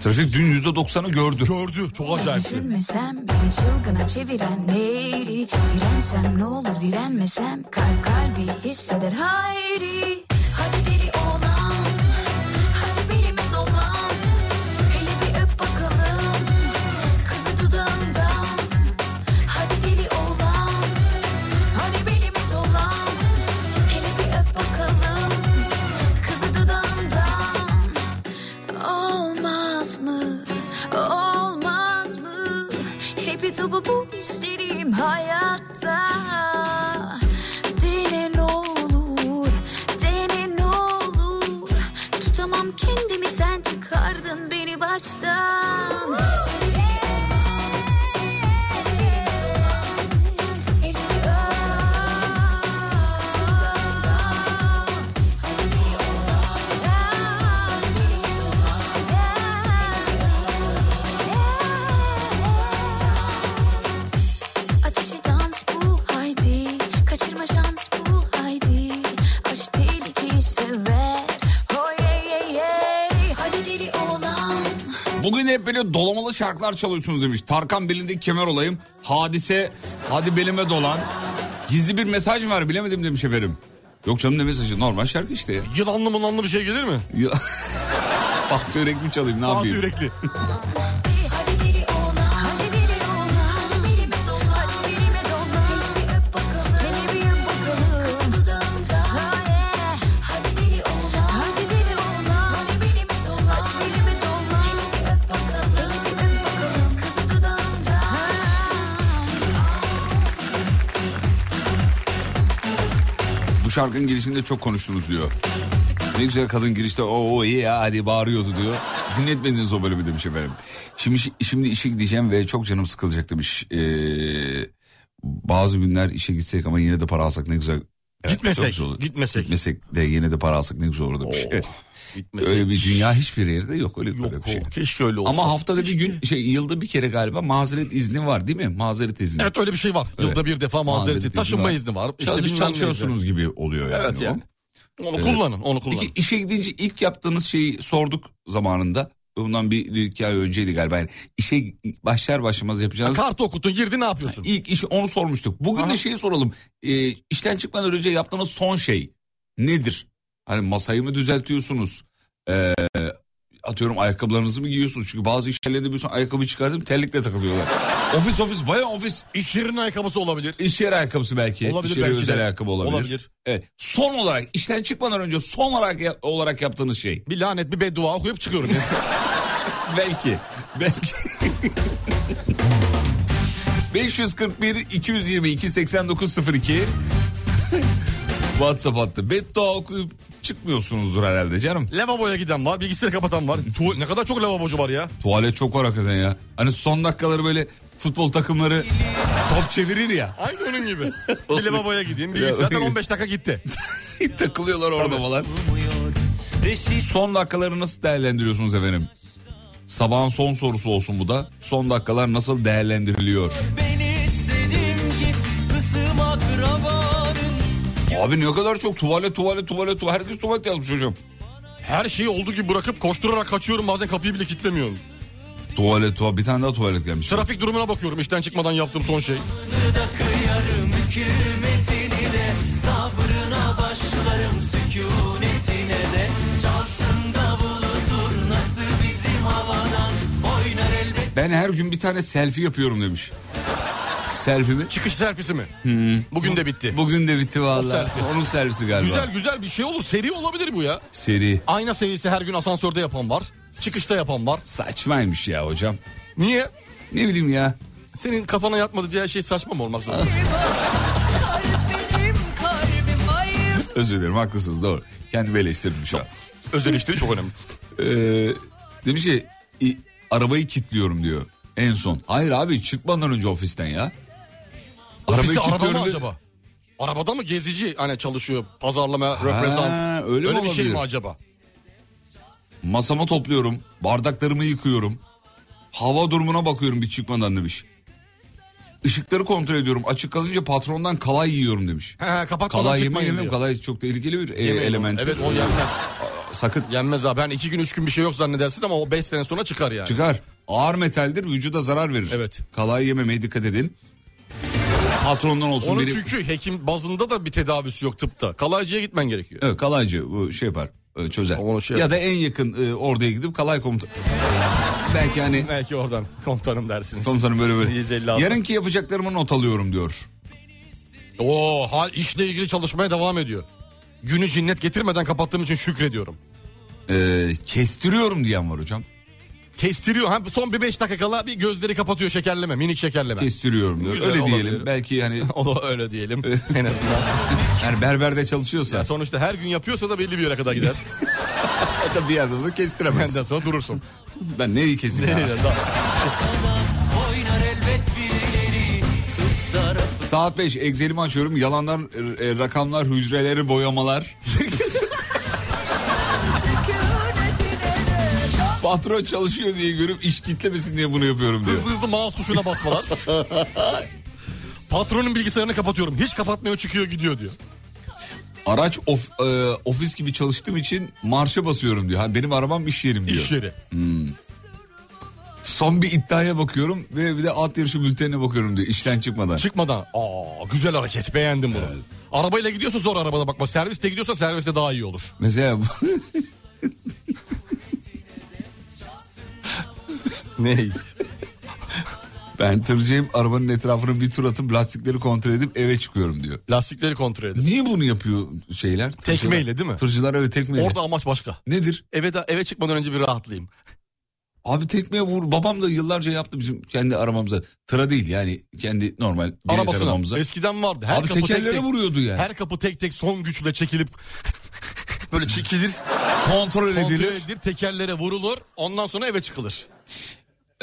Speaker 4: Trafik dün %90'ı gördü.
Speaker 5: Gördü çok acayip.
Speaker 3: Düşünmesem beni çılgına çeviren neydi Dirensem ne olur direnmesem Kalp kalbi hisseder hayri Hadi deli olan Hadi belime dolan Hele bir öp bakalım Kızı dudağından Hadi deli olan Hadi belime dolan Hele bir öp bakalım Kızı dudağından Olmaz mı? Olmaz mı? Hepi topu bu istediğim hayatta. Dene ne olur, dene ne olur. Tutamam kendimi sen çıkardın beni baştan. Ateşi dans bu haydi Kaçırma şans bu haydi Aşk tehlikeyi sever Oh yeah yeah yeah Hadi deli olan
Speaker 4: Bugün hep böyle dolamalı şarkılar çalıyorsunuz demiş. Tarkan belindeki kemer olayım. Hadise hadi belime dolan. Gizli bir mesaj mı var bilemedim demiş efendim. Yok canım ne mesajı normal şarkı işte. ya.
Speaker 5: Yılanlı mılanlı bir şey gelir mi?
Speaker 4: Ya- Bahtı yürek mi çalayım ne
Speaker 5: Altı
Speaker 4: yapayım?
Speaker 5: yürekli.
Speaker 3: Oh,
Speaker 4: Bu şarkının girişinde çok konuştunuz diyor. Ne güzel kadın girişte o iyi ya hadi bağırıyordu diyor. Dinletmediniz o bölümü demiş efendim. Şimdi, şimdi işe gideceğim ve çok canım sıkılacak demiş. Ee, bazı günler işe gitsek ama yine de para alsak ne güzel. Evet,
Speaker 5: Gitmesek,
Speaker 4: çok güzel olur.
Speaker 5: gitmesek. Oh,
Speaker 4: Gitmesek de yine de para alsak ne güzel olur demiş. Evet.
Speaker 5: gitmesek.
Speaker 4: Öyle bir dünya hiçbir yerde yok öyle, öyle bir şey.
Speaker 5: Keşke öyle olsa.
Speaker 4: Ama haftada bir gün şey yılda bir kere galiba mazeret izni var değil mi? Mazeret izni.
Speaker 5: Evet öyle bir şey var. Yılda bir defa mazereti taşınma izni var. İşte
Speaker 4: Çalış-
Speaker 5: bilmem ne
Speaker 4: çalışıyorsunuz gibi oluyor yani.
Speaker 5: Evet
Speaker 4: o.
Speaker 5: yani. Onu
Speaker 4: Evet.
Speaker 5: kullanın, onu kullanın.
Speaker 4: Peki işe gidince ilk yaptığınız şeyi sorduk zamanında. Bundan bir, bir iki ay önceydi galiba. Yani işe başlar başlamaz yapacağınız.
Speaker 5: Ha, Kart okutun girdi ne yapıyorsun?
Speaker 4: İlk iş onu sormuştuk. Bugün de şeyi soralım. Ee, işten çıkmadan önce yaptığınız son şey nedir? Hani masayı mı düzeltiyorsunuz? Ee, atıyorum ayakkabılarınızı mı giyiyorsunuz? Çünkü bazı işyerlerinde bir son ayakkabı çıkartıp terlikle takılıyorlar. ofis ofis bayağı ofis.
Speaker 5: İş yerinin ayakkabısı olabilir.
Speaker 4: İş yeri ayakkabısı belki.
Speaker 5: Olabilir
Speaker 4: İş yeri
Speaker 5: belki de.
Speaker 4: özel ayakkabı olabilir.
Speaker 5: Olabilir.
Speaker 4: Evet. Son olarak işten çıkmadan önce son olarak olarak yaptığınız şey.
Speaker 5: Bir lanet bir beddua okuyup çıkıyorum.
Speaker 4: Belki. Belki. 541 222 8902 WhatsApp attı. Beddua okuyup çıkmıyorsunuzdur herhalde canım.
Speaker 5: Lavaboya giden var, bilgisayarı kapatan var. Tuval- ne kadar çok lavabocu var ya.
Speaker 4: Tuvalet çok var hakikaten ya. Hani son dakikaları böyle futbol takımları top çevirir ya.
Speaker 5: Aynı onun gibi. bir lavaboya gideyim. Bilgisayar zaten 15 dakika gitti.
Speaker 4: Takılıyorlar orada falan. Son dakikaları nasıl değerlendiriyorsunuz efendim? Sabahın son sorusu olsun bu da. Son dakikalar nasıl değerlendiriliyor?
Speaker 8: Ben istedim ki kızım akrabanın
Speaker 4: Abi ne kadar çok tuvalet tuvalet tuvalet tuvalet. Herkes tuvalet yazmış hocam.
Speaker 5: Her şeyi olduğu gibi bırakıp koşturarak kaçıyorum. Bazen kapıyı bile kilitlemiyorum.
Speaker 4: Tuvalet tuvalet. Bir tane daha tuvalet gelmiş.
Speaker 5: Trafik durumuna bakıyorum. İşten çıkmadan yaptığım son şey.
Speaker 8: hükümetini de sabrına
Speaker 4: Ben her gün bir tane selfie yapıyorum demiş. Selfie mi?
Speaker 5: Çıkış selfiesi mi?
Speaker 4: Bugün de bitti. Bugün de bitti vallahi.
Speaker 5: selfie.
Speaker 4: Onun selfisi galiba.
Speaker 5: Güzel güzel bir şey olur. Seri olabilir bu ya.
Speaker 4: Seri.
Speaker 5: Ayna serisi her gün asansörde yapan var. Çıkışta yapan var.
Speaker 4: Saçmaymış ya hocam.
Speaker 5: Niye?
Speaker 4: Ne bileyim ya.
Speaker 5: Senin kafana yatmadı diye her şey saçma mı olmak zorunda?
Speaker 9: kalbim ayır
Speaker 4: Özür dilerim haklısınız doğru. Kendimi eleştirdim şu an. Ee,
Speaker 5: Öz eleştiri çok önemli.
Speaker 4: demiş ki "İ- arabayı kilitliyorum diyor en son. Hayır abi çıkmadan önce ofisten ya.
Speaker 5: Ofiste
Speaker 4: Arabayı
Speaker 5: araba mı
Speaker 4: kilitliyorum dedi.
Speaker 5: acaba? Arabada mı gezici hani çalışıyor pazarlama,
Speaker 4: Ha,
Speaker 5: represent?
Speaker 4: öyle mi
Speaker 5: bir şey
Speaker 4: olabilir?
Speaker 5: mi acaba?
Speaker 4: Masama topluyorum, bardaklarımı yıkıyorum. Hava durumuna bakıyorum bir çıkmadan demiş. Işıkları kontrol ediyorum. Açık kalınca patrondan kalay yiyorum demiş.
Speaker 5: He, kapatmadan
Speaker 4: Kalay yemeyin
Speaker 5: çıkmayın
Speaker 4: efendim.
Speaker 5: diyor.
Speaker 4: Kalay çok tehlikeli bir e,
Speaker 5: Yemeyin onu.
Speaker 4: element.
Speaker 5: Evet o yenmez.
Speaker 4: Sakın.
Speaker 5: Yenmez abi. Ben iki gün üç gün bir şey yok zannedersin ama o beş sene sonra çıkar yani.
Speaker 4: Çıkar. Ağır metaldir vücuda zarar verir. Evet. Kalay yememeye dikkat edin. Patrondan olsun.
Speaker 5: Onun
Speaker 4: biri-
Speaker 5: çünkü hekim bazında da bir tedavisi yok tıpta. Kalaycıya gitmen gerekiyor.
Speaker 4: Evet, kalaycı bu şey yapar e, çözer. ya da en yakın e, orduya gidip kalay komutan. Belki hani.
Speaker 5: Belki oradan komutanım dersiniz.
Speaker 4: Komutanım böyle böyle.
Speaker 5: 156.
Speaker 4: Yarınki yapacaklarımı not alıyorum diyor.
Speaker 5: Oo, hal işle ilgili çalışmaya devam ediyor. Günü cinnet getirmeden kapattığım için şükrediyorum.
Speaker 4: Ee, kestiriyorum diyen var hocam.
Speaker 5: Kestiriyor. Ha, son bir beş dakika kala bir gözleri kapatıyor şekerleme, minik şekerleme.
Speaker 4: Kestiriyorum diyor.
Speaker 5: Güzel,
Speaker 4: öyle
Speaker 5: olabilir.
Speaker 4: diyelim. Belki hani
Speaker 5: o da öyle diyelim en azından.
Speaker 4: yani berberde çalışıyorsa
Speaker 5: Sonuçta her gün yapıyorsa da belli bir yere kadar gider.
Speaker 4: Tabii bir yerden sonra kestiremez.
Speaker 5: Benden sonra durursun.
Speaker 4: ben neyi keseyim ya?
Speaker 5: Nereden daha?
Speaker 13: Oynar elbet birileri kız tarafı
Speaker 4: Saat 5 Excel'imi açıyorum. Yalanlar, e, rakamlar, hücreleri boyamalar. Patron çalışıyor diye görüp iş kitlemesin diye bunu yapıyorum diyor.
Speaker 5: Hızlı hızlı mouse tuşuna basmalar. Patronun bilgisayarını kapatıyorum. Hiç kapatmıyor çıkıyor gidiyor diyor.
Speaker 4: Araç of, e, ofis gibi çalıştığım için marşa basıyorum diyor. Ha, benim arabam iş yerim diyor.
Speaker 5: İş yeri.
Speaker 4: Hmm. Son bir iddiaya bakıyorum ve bir de at yarışı bültenine bakıyorum diyor işten çıkmadan.
Speaker 5: Çıkmadan. Aa güzel hareket beğendim bunu. Arabayla gidiyorsa zor arabada bakma. Serviste gidiyorsa serviste daha iyi olur.
Speaker 4: Mesela
Speaker 5: ne?
Speaker 4: Ben tırcıyım arabanın etrafını bir tur atıp lastikleri kontrol edip eve çıkıyorum diyor.
Speaker 5: Lastikleri kontrol edin.
Speaker 4: Niye bunu yapıyor şeyler? Tırcılar?
Speaker 5: Tekmeyle değil mi?
Speaker 4: Tırcılar evet tekmeyle.
Speaker 5: Orada amaç başka.
Speaker 4: Nedir?
Speaker 5: Eve, de, eve çıkmadan önce bir rahatlayayım.
Speaker 4: Abi tekmeye vur. Babam da yıllarca yaptı bizim kendi arabamıza. Tıra değil yani kendi normal bilet
Speaker 5: Arabasına.
Speaker 4: arabamıza.
Speaker 5: Eskiden vardı. Her
Speaker 4: Abi
Speaker 5: kapı
Speaker 4: tekerlere
Speaker 5: tek tek,
Speaker 4: vuruyordu yani.
Speaker 5: Her kapı tek tek son güçle çekilip böyle çekilir.
Speaker 4: Kontrol edilir.
Speaker 5: Tekerlere vurulur. Ondan sonra eve çıkılır.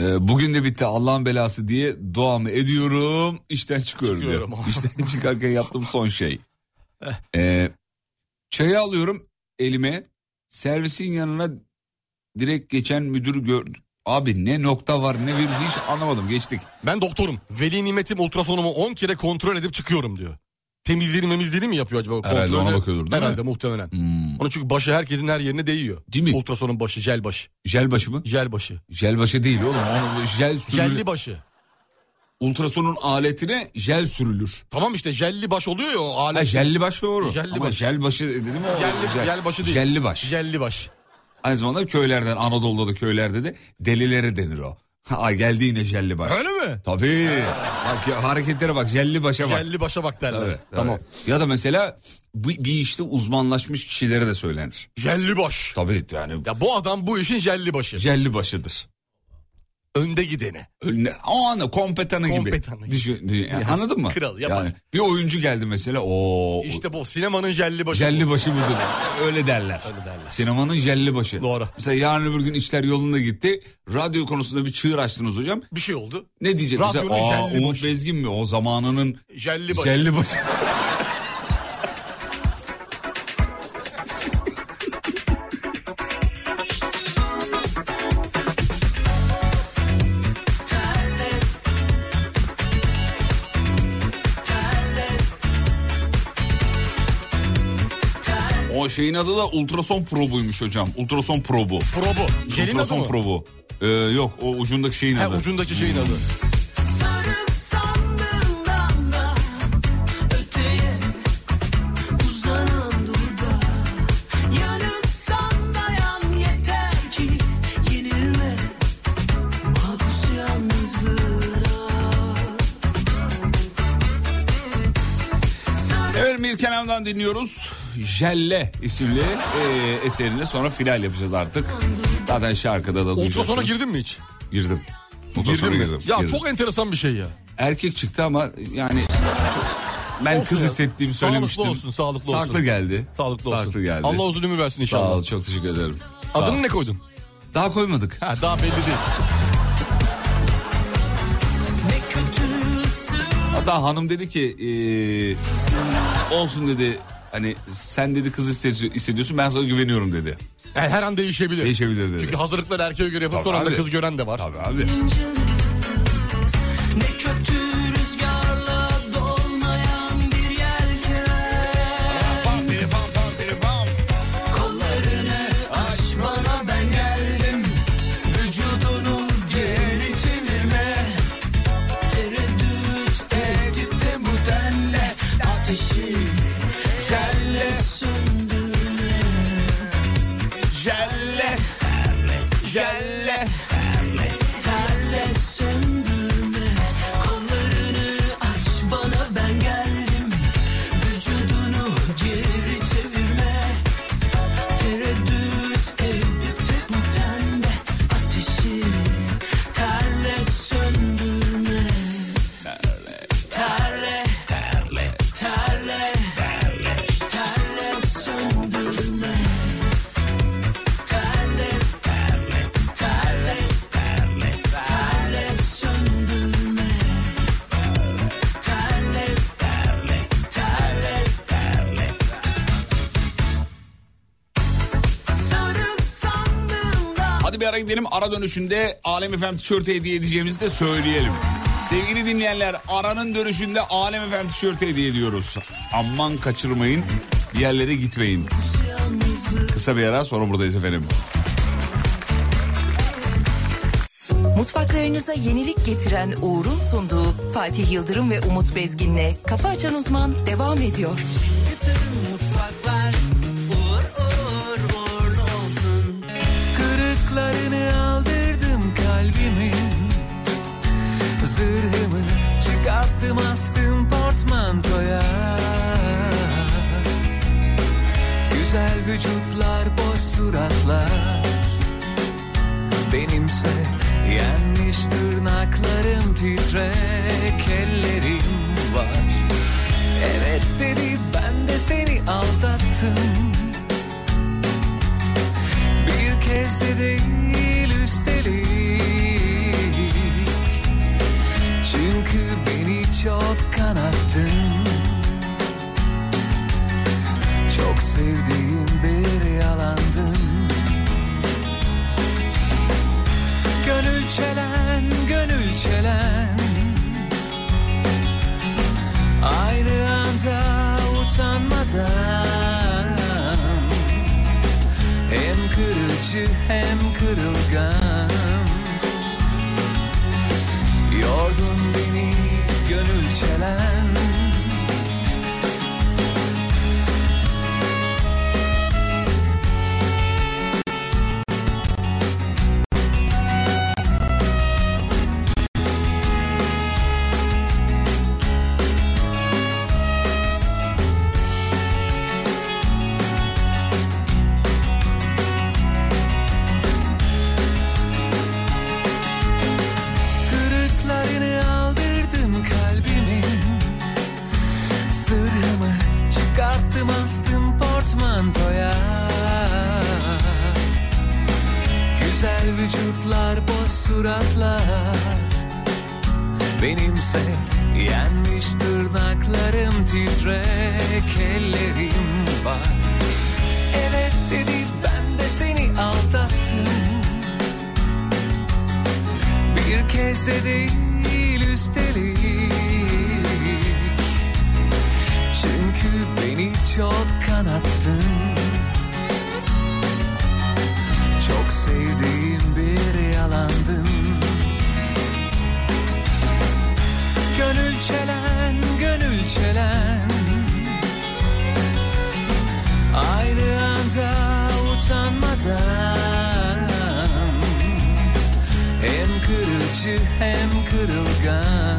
Speaker 4: Ee, bugün de bitti Allah'ın belası diye duamı ediyorum. İşten çıkıyorum,
Speaker 5: Çıkıyorum.
Speaker 4: diyor. İşten çıkarken yaptığım son şey. Ee, çayı alıyorum elime. Servisin yanına direkt geçen müdürü gördüm. Abi ne nokta var ne bir hiç anlamadım geçtik.
Speaker 5: Ben doktorum. Veli nimetim ultrasonumu 10 kere kontrol edip çıkıyorum diyor. Temizliğini memizliğini mi yapıyor acaba?
Speaker 4: Herhalde
Speaker 5: Kontrolü-
Speaker 4: ona bakıyordur, değil mi? Hmm.
Speaker 5: Herhalde muhtemelen. Onun çünkü başı herkesin her yerine değiyor. Değil mi? Ultrasonun başı, jel başı.
Speaker 4: Jel başı mı?
Speaker 5: Jel başı.
Speaker 4: Jel başı değil oğlum. Onu jel sürülür.
Speaker 5: Jelli başı.
Speaker 4: Ultrasonun aletine jel sürülür.
Speaker 5: Tamam işte jelli baş oluyor ya o alet.
Speaker 4: Ha, jelli baş doğru.
Speaker 5: Jelli
Speaker 4: Ama
Speaker 5: baş.
Speaker 4: jel başı dedim o.
Speaker 5: Jelli- jel başı değil.
Speaker 4: Jelli baş.
Speaker 5: Jelli baş.
Speaker 4: Aynı zamanda köylerden Anadolu'da da köylerde de delilere denir o. Ha geldi yine jelli baş.
Speaker 5: Öyle mi?
Speaker 4: Tabii. bak ya, hareketlere bak jelli başa bak.
Speaker 5: Jelli başa bak derler.
Speaker 4: Tabii, tabii.
Speaker 5: Tamam.
Speaker 4: Ya da mesela bu- bir işte uzmanlaşmış kişilere de söylenir.
Speaker 5: Jelli baş.
Speaker 4: Tabii yani
Speaker 5: Ya bu adam bu işin jelli başı.
Speaker 4: jelli başıdır.
Speaker 5: Önde gideni.
Speaker 4: Önüne- O anda kompetanı gibi.
Speaker 5: Kompetanı gibi.
Speaker 4: Düşün, düşün- yani
Speaker 5: Ya,
Speaker 4: anladın mı?
Speaker 5: kral, yapar.
Speaker 4: yani bir oyuncu geldi mesela o
Speaker 5: İşte bu sinemanın jelli başı.
Speaker 4: jelli başı budur. Öyle derler. Sinemanın jelli başı.
Speaker 5: Doğru.
Speaker 4: Mesela yarın öbür gün işler yolunda gitti. Radyo konusunda bir çığır açtınız hocam.
Speaker 5: Bir şey oldu.
Speaker 4: Ne diyecek? Mesela,
Speaker 5: Radyonun
Speaker 4: Aa,
Speaker 5: jelli
Speaker 4: Umut Bezgin mi? O zamanının
Speaker 5: Jelli başı.
Speaker 4: jelli başı. O şeyin adı da ultrason probuymuş hocam. Ultrason probu.
Speaker 5: Probu. Jelin adı
Speaker 4: ultrason
Speaker 5: mı?
Speaker 4: probu. Ee, yok o ucundaki şeyin
Speaker 5: Ha,
Speaker 4: adı.
Speaker 5: ucundaki şeyin adı.
Speaker 13: Sarık sandığından da öteye uzanan durda Yanıtsan dayan yeter ki yenilme Mahpus ya
Speaker 4: Evet Mirken Hanım'dan dinliyoruz. Jelle isimli e, eseriyle sonra final yapacağız artık. Zaten şarkıda da duyacaksınız.
Speaker 5: Ultrasona girdin mi hiç?
Speaker 4: Girdim. Ultrasona
Speaker 5: Girdin mi?
Speaker 4: girdim.
Speaker 5: Ya
Speaker 4: girdim.
Speaker 5: çok enteresan bir şey ya.
Speaker 4: Erkek çıktı ama yani çok- ben kız hissettiğimi söylemiştim.
Speaker 5: Sağlıklı olsun, sağlıklı olsun.
Speaker 4: Sağlıklı geldi.
Speaker 5: Sağlıklı olsun.
Speaker 4: Sağlıklı geldi.
Speaker 5: Allah uzun ömür versin inşallah.
Speaker 4: Sağ ol, çok teşekkür ederim. Sağ ol.
Speaker 5: Adını ne koydun?
Speaker 4: Daha koymadık.
Speaker 5: Ha, daha belli değil.
Speaker 4: Hatta hanım dedi ki e, olsun dedi hani sen dedi kız hissediyor- hissediyorsun ben sana güveniyorum dedi.
Speaker 5: Yani her an değişebilir.
Speaker 4: Değişebilir dedi.
Speaker 5: Çünkü hazırlıkları erkeğe göre yapıp
Speaker 4: Tabii
Speaker 5: sonra da
Speaker 4: abi.
Speaker 5: kız gören de var. Tabii
Speaker 4: abi.
Speaker 13: Ne kötü rüzgarla dolmayan bir yelken Kollarını aç bana ben geldim Vücudunu geri çevirme Tereddüt edip de bu denle Ateşi kelle söndürme Jelle Jelle Terle söndürme Kollarını aç bana ben geldim Vücudunu geri çevirme Tereddüt edip de bu tende Ateşi terle söndürme Terle Terle Terle Terle Terle söndürme Terle Terle Terle Terle Terle söndürme Terle Terle Terle Terle Sarıl sandığımda
Speaker 4: Hadi bir ara gidelim. Ara dönüşünde Alem Efem tişörtü hediye edeceğimizi de söyleyelim. Sevgili dinleyenler aranın dönüşünde Alem Efem tişörtü hediye ediyoruz. Aman kaçırmayın. Bir yerlere gitmeyin. Kısa bir ara sonra buradayız efendim.
Speaker 1: Mutfaklarınıza yenilik getiren Uğur'un sunduğu Fatih Yıldırım ve Umut Bezgin'le Kafa Açan Uzman devam ediyor.
Speaker 13: mutfaklar uğur uğur uğurlu olsun Kırıklarını aldırdım kalbimin Zırhımı çıkarttım astım portmantoya Güzel vücutlar boş suratlar Benimse yenmiş tırnaklarım titrek ellerim var Evet dedi ben de seni aldattım Bir kez de değil üstelik Çünkü beni çok kanattın Çok sevdiğim bir yalandın Gönül çelen, gönül çelen Aynı anda utanmadan Hem kırıcı hem kırılgan Yordun beni gönül çelen Kırıklarını aldırdım kalbimin Sırrımı çıkarttım astım portmantoya Güzel vücutlar boş suratlar Benimse yenmiş tırnaklarım titrek ellerim var Evet dedi ben de seni aldattım bir kez de değil üstelik Çünkü beni çok kanattın Çok sevdiğim bir yalandın Gönül çelen, gönül çelen Aynı anda utanmadan hem kırıcı hem kırılgan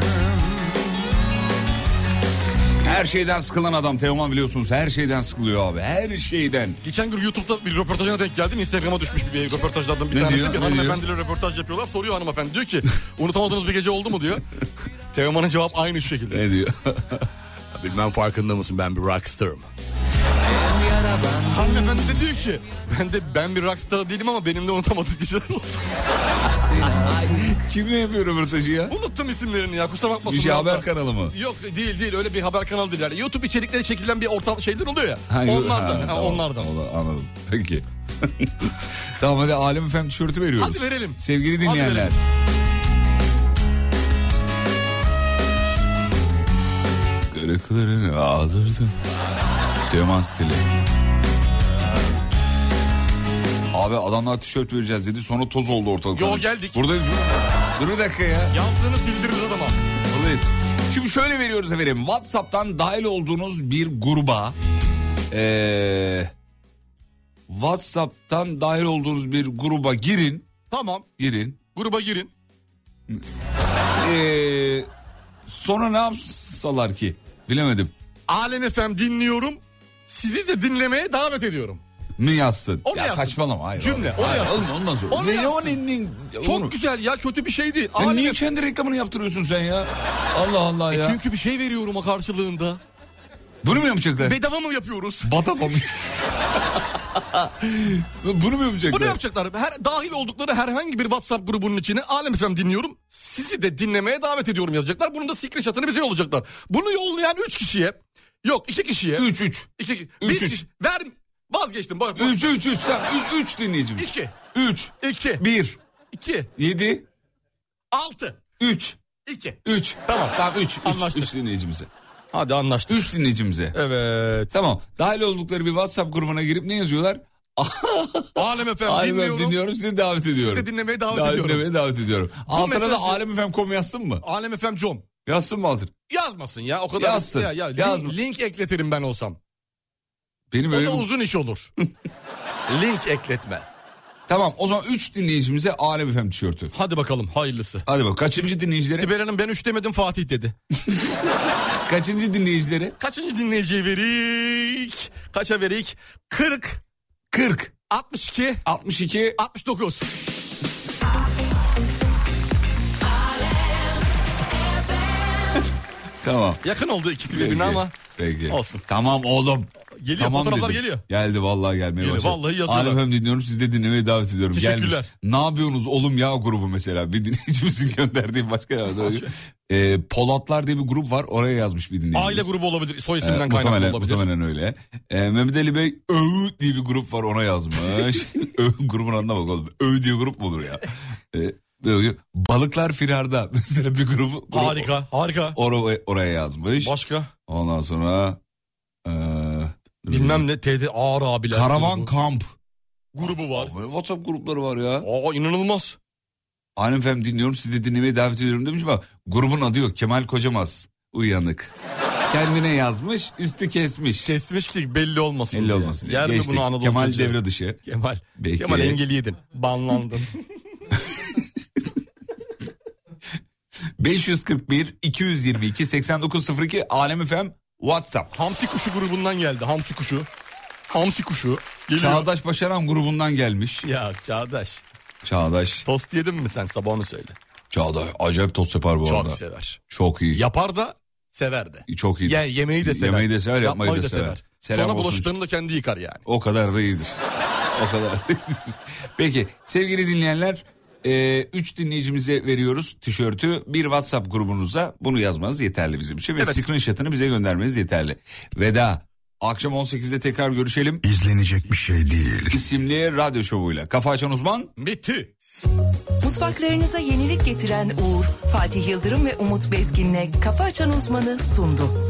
Speaker 4: Her şeyden sıkılan adam Teoman biliyorsunuz her şeyden sıkılıyor abi her şeyden.
Speaker 5: Geçen gün YouTube'da bir röportajına denk geldim. Instagram'a düşmüş bir röportajlardan bir
Speaker 4: Ne
Speaker 5: tanesi.
Speaker 4: diyor,
Speaker 5: bir
Speaker 4: ne
Speaker 5: hanımefendiyle röportaj yapıyorlar. Soruyor hanımefendi. Diyor ki unutamadığınız bir gece oldu mu diyor. Teoman'ın cevap aynı şu şekilde.
Speaker 4: Ne diyor?
Speaker 5: Bilmem farkında mısın ben bir rockstarım. Hanımefendi de diyor ki ben de ben bir rockstar değilim ama benim de unutamadığım geceler oldu.
Speaker 4: Kimle yapıyor röportajı ya?
Speaker 5: Unuttum isimlerini ya kusura bakmasın.
Speaker 4: Bir şey
Speaker 5: ya.
Speaker 4: haber kanalı mı?
Speaker 5: Yok değil değil öyle bir haber kanalı değil. Yani YouTube içerikleri çekilen bir ortam şeyler oluyor ya.
Speaker 4: Ha, yo-
Speaker 5: onlardan
Speaker 4: ha,
Speaker 5: ha,
Speaker 4: tamam.
Speaker 5: onlardan.
Speaker 4: Ola- Anladım. Peki. tamam hadi Alem Efem tişörtü veriyoruz.
Speaker 5: Hadi verelim.
Speaker 4: Sevgili
Speaker 5: Hadi
Speaker 4: dinleyenler.
Speaker 5: verelim.
Speaker 4: Kırıklarını ağdırdım. Teoman stili. Abi adamlar tişört vereceğiz dedi sonra toz oldu ortalık.
Speaker 5: Yo, geldik.
Speaker 4: Buradayız. Dur bir dakika ya.
Speaker 5: Yaptığını sildiririz adama.
Speaker 4: Buradayız. Şimdi şöyle veriyoruz efendim. WhatsApp'tan dahil olduğunuz bir gruba... Ee, WhatsApp'tan dahil olduğunuz bir gruba girin.
Speaker 5: Tamam
Speaker 4: Girin.
Speaker 5: gruba girin.
Speaker 4: Ee, sonra ne yapsalar ki? Bilemedim.
Speaker 5: Alem FM dinliyorum. Sizi de dinlemeye davet ediyorum.
Speaker 4: Mi yazsın?
Speaker 5: Onu
Speaker 4: ya
Speaker 5: yazsın.
Speaker 4: saçmalama. Hayır,
Speaker 5: Cümle.
Speaker 4: Hayır,
Speaker 5: Onu
Speaker 4: hayır,
Speaker 5: yazsın.
Speaker 4: oğlum, ondan sonra.
Speaker 5: Onu
Speaker 4: Ne,
Speaker 5: yazsın.
Speaker 4: o ne, ne,
Speaker 5: Çok
Speaker 4: onu-
Speaker 5: güzel ya kötü bir şey değil.
Speaker 4: Ya
Speaker 5: Alem
Speaker 4: E, niye
Speaker 5: Efem-
Speaker 4: kendi reklamını yaptırıyorsun sen ya? Allah Allah
Speaker 5: E
Speaker 4: ya.
Speaker 5: çünkü bir şey veriyorum o karşılığında.
Speaker 4: Bunu mu yapacaklar?
Speaker 5: Bedava mı yapıyoruz?
Speaker 4: Badava mı? Bunu mu yapacaklar?
Speaker 5: Bunu yapacaklar. Her, dahil oldukları herhangi bir WhatsApp grubunun içine Alem FM dinliyorum. Sizi de dinlemeye davet ediyorum yazacaklar. Bunun da screenshot'ını bize yollayacaklar. Bunu yollayan 3 kişiye. Yok 2 kişiye.
Speaker 4: 3 3.
Speaker 5: 2
Speaker 4: Üç,
Speaker 5: 1
Speaker 4: üç.
Speaker 5: kişi. Ver vazgeçtim. Bak,
Speaker 4: 3 3 3 3 3 dinleyicimiz.
Speaker 5: 2
Speaker 4: 3
Speaker 5: 2
Speaker 4: 1
Speaker 5: 2
Speaker 4: 7
Speaker 5: 6
Speaker 4: 3
Speaker 5: 2.
Speaker 4: 3
Speaker 5: Tamam.
Speaker 4: Tamam 3
Speaker 5: Anlaştık.
Speaker 4: 3 dinleyicimize.
Speaker 5: Hadi anlaştık.
Speaker 4: 3 dinleyicimize.
Speaker 5: Evet.
Speaker 4: Tamam. Dahil oldukları bir WhatsApp grubuna girip ne yazıyorlar?
Speaker 5: Alem FM
Speaker 4: Alem
Speaker 5: dinliyorum.
Speaker 4: dinliyorum. dinliyorum sizi davet ediyorum.
Speaker 5: Sizi de dinlemeye davet ediyorum.
Speaker 4: Dinlemeye davet ediyorum. Altına da
Speaker 5: mesajı-
Speaker 4: Alem Efem kom yazsın mı?
Speaker 5: Alem FM com.
Speaker 4: Yazsın mı altın?
Speaker 5: Yazmasın ya o kadar.
Speaker 4: Yazsın,
Speaker 5: Ya, ya, link-
Speaker 4: yazmasın.
Speaker 5: link ekletirim ben olsam.
Speaker 4: Benim
Speaker 5: O
Speaker 4: öyle
Speaker 5: da
Speaker 4: bir-
Speaker 5: uzun iş olur. link ekletme.
Speaker 4: Tamam o zaman 3 dinleyicimize Alem Efem tişörtü.
Speaker 5: Hadi bakalım hayırlısı.
Speaker 4: Hadi bak kaçıncı dinleyicilere?
Speaker 5: Sibel Hanım ben üç demedim Fatih dedi.
Speaker 4: Kaçıncı dinleyicilere?
Speaker 5: Kaçıncı dinleyiciye verik? Kaça verik? 40,
Speaker 4: 40
Speaker 5: 62,
Speaker 4: 62
Speaker 5: 69.
Speaker 4: tamam.
Speaker 5: Yakın oldu ikisi birbirine ama.
Speaker 4: Peki.
Speaker 5: Olsun.
Speaker 4: Tamam oğlum.
Speaker 5: Geliyor,
Speaker 4: tamam
Speaker 5: fotoğraflar
Speaker 4: dedim.
Speaker 5: geliyor.
Speaker 4: Geldi vallahi gelmeye
Speaker 5: Geliyor,
Speaker 4: başladı.
Speaker 5: vallahi yazıyorlar.
Speaker 4: Alem Efem dinliyorum siz de dinlemeye davet ediyorum.
Speaker 5: Teşekkürler.
Speaker 4: Gelmiş. Ne yapıyorsunuz oğlum ya grubu mesela. Bir dinleyicimizin gönderdiği başka yerde. ee, Polatlar diye bir grup var oraya yazmış bir dinleyicimiz.
Speaker 5: Aile grubu olabilir. Soy
Speaker 4: Ee,
Speaker 5: isimden kaynaklı
Speaker 4: muhtemelen,
Speaker 5: olabilir.
Speaker 4: muhtemelen öyle. Ee, Mehmet Ali Bey Öğü diye bir grup var ona yazmış. Öğü grubun adına bak oğlum. Öğü diye grup mu olur ya? Ee, böyle balıklar firarda mesela bir grubu. grup
Speaker 5: Harika, harika.
Speaker 4: Oraya, oraya yazmış.
Speaker 5: Başka?
Speaker 4: Ondan sonra eee,
Speaker 5: Bilmem ne TD Ağır abiler.
Speaker 4: Karavan
Speaker 5: grubu,
Speaker 4: Kamp.
Speaker 5: grubu var.
Speaker 4: Böyle WhatsApp grupları var ya.
Speaker 5: Aa inanılmaz.
Speaker 4: Hanım efendim dinliyorum sizi de dinlemeye davet ediyorum demiş ama grubun adı yok Kemal Kocamaz. Uyanık. Kendine yazmış üstü kesmiş.
Speaker 5: Kesmiş ki belli olmasın.
Speaker 4: Belli
Speaker 5: diye.
Speaker 4: olmasın. diye.
Speaker 5: Yer mi
Speaker 4: Geçtik.
Speaker 5: bunu Anadolu
Speaker 4: Kemal
Speaker 5: çocuğu?
Speaker 4: devre dışı.
Speaker 5: Kemal.
Speaker 4: Belki-
Speaker 5: Kemal engel yedin. Banlandın.
Speaker 4: 541 222 8902 Alem efem WhatsApp.
Speaker 5: Hamsi kuşu grubundan geldi. Hamsi kuşu. Hamsi kuşu. Geliyor.
Speaker 4: Çağdaş Başaran grubundan gelmiş.
Speaker 5: Ya Çağdaş.
Speaker 4: Çağdaş.
Speaker 5: Tost yedin mi sen sabah onu söyle.
Speaker 4: Çağdaş. Acayip tost yapar bu arada.
Speaker 5: Çok sever.
Speaker 4: Çok iyi.
Speaker 5: Yapar da sever de.
Speaker 4: Çok iyi.
Speaker 5: Ye- yemeği de sever.
Speaker 4: Yemeği de sever, yapmayı, da sever. Selam
Speaker 5: Sonra
Speaker 4: olsun.
Speaker 5: bulaşıklarını da kendi yıkar yani.
Speaker 4: O kadar da iyidir. o kadar da iyidir. Peki sevgili dinleyenler 3 dinleyicimize veriyoruz tişörtü. Bir WhatsApp grubunuza bunu yazmanız yeterli bizim için. Ve
Speaker 5: Evet.
Speaker 4: screenshot'ını bize göndermeniz yeterli. Veda. Akşam 18'de tekrar görüşelim.
Speaker 14: İzlenecek bir şey değil.
Speaker 4: İsimli radyo şovuyla. Kafa Açan Uzman.
Speaker 5: Bitti.
Speaker 1: Mutfaklarınıza yenilik getiren Uğur, Fatih Yıldırım ve Umut Bezgin'le Kafa Açan Uzman'ı sundu.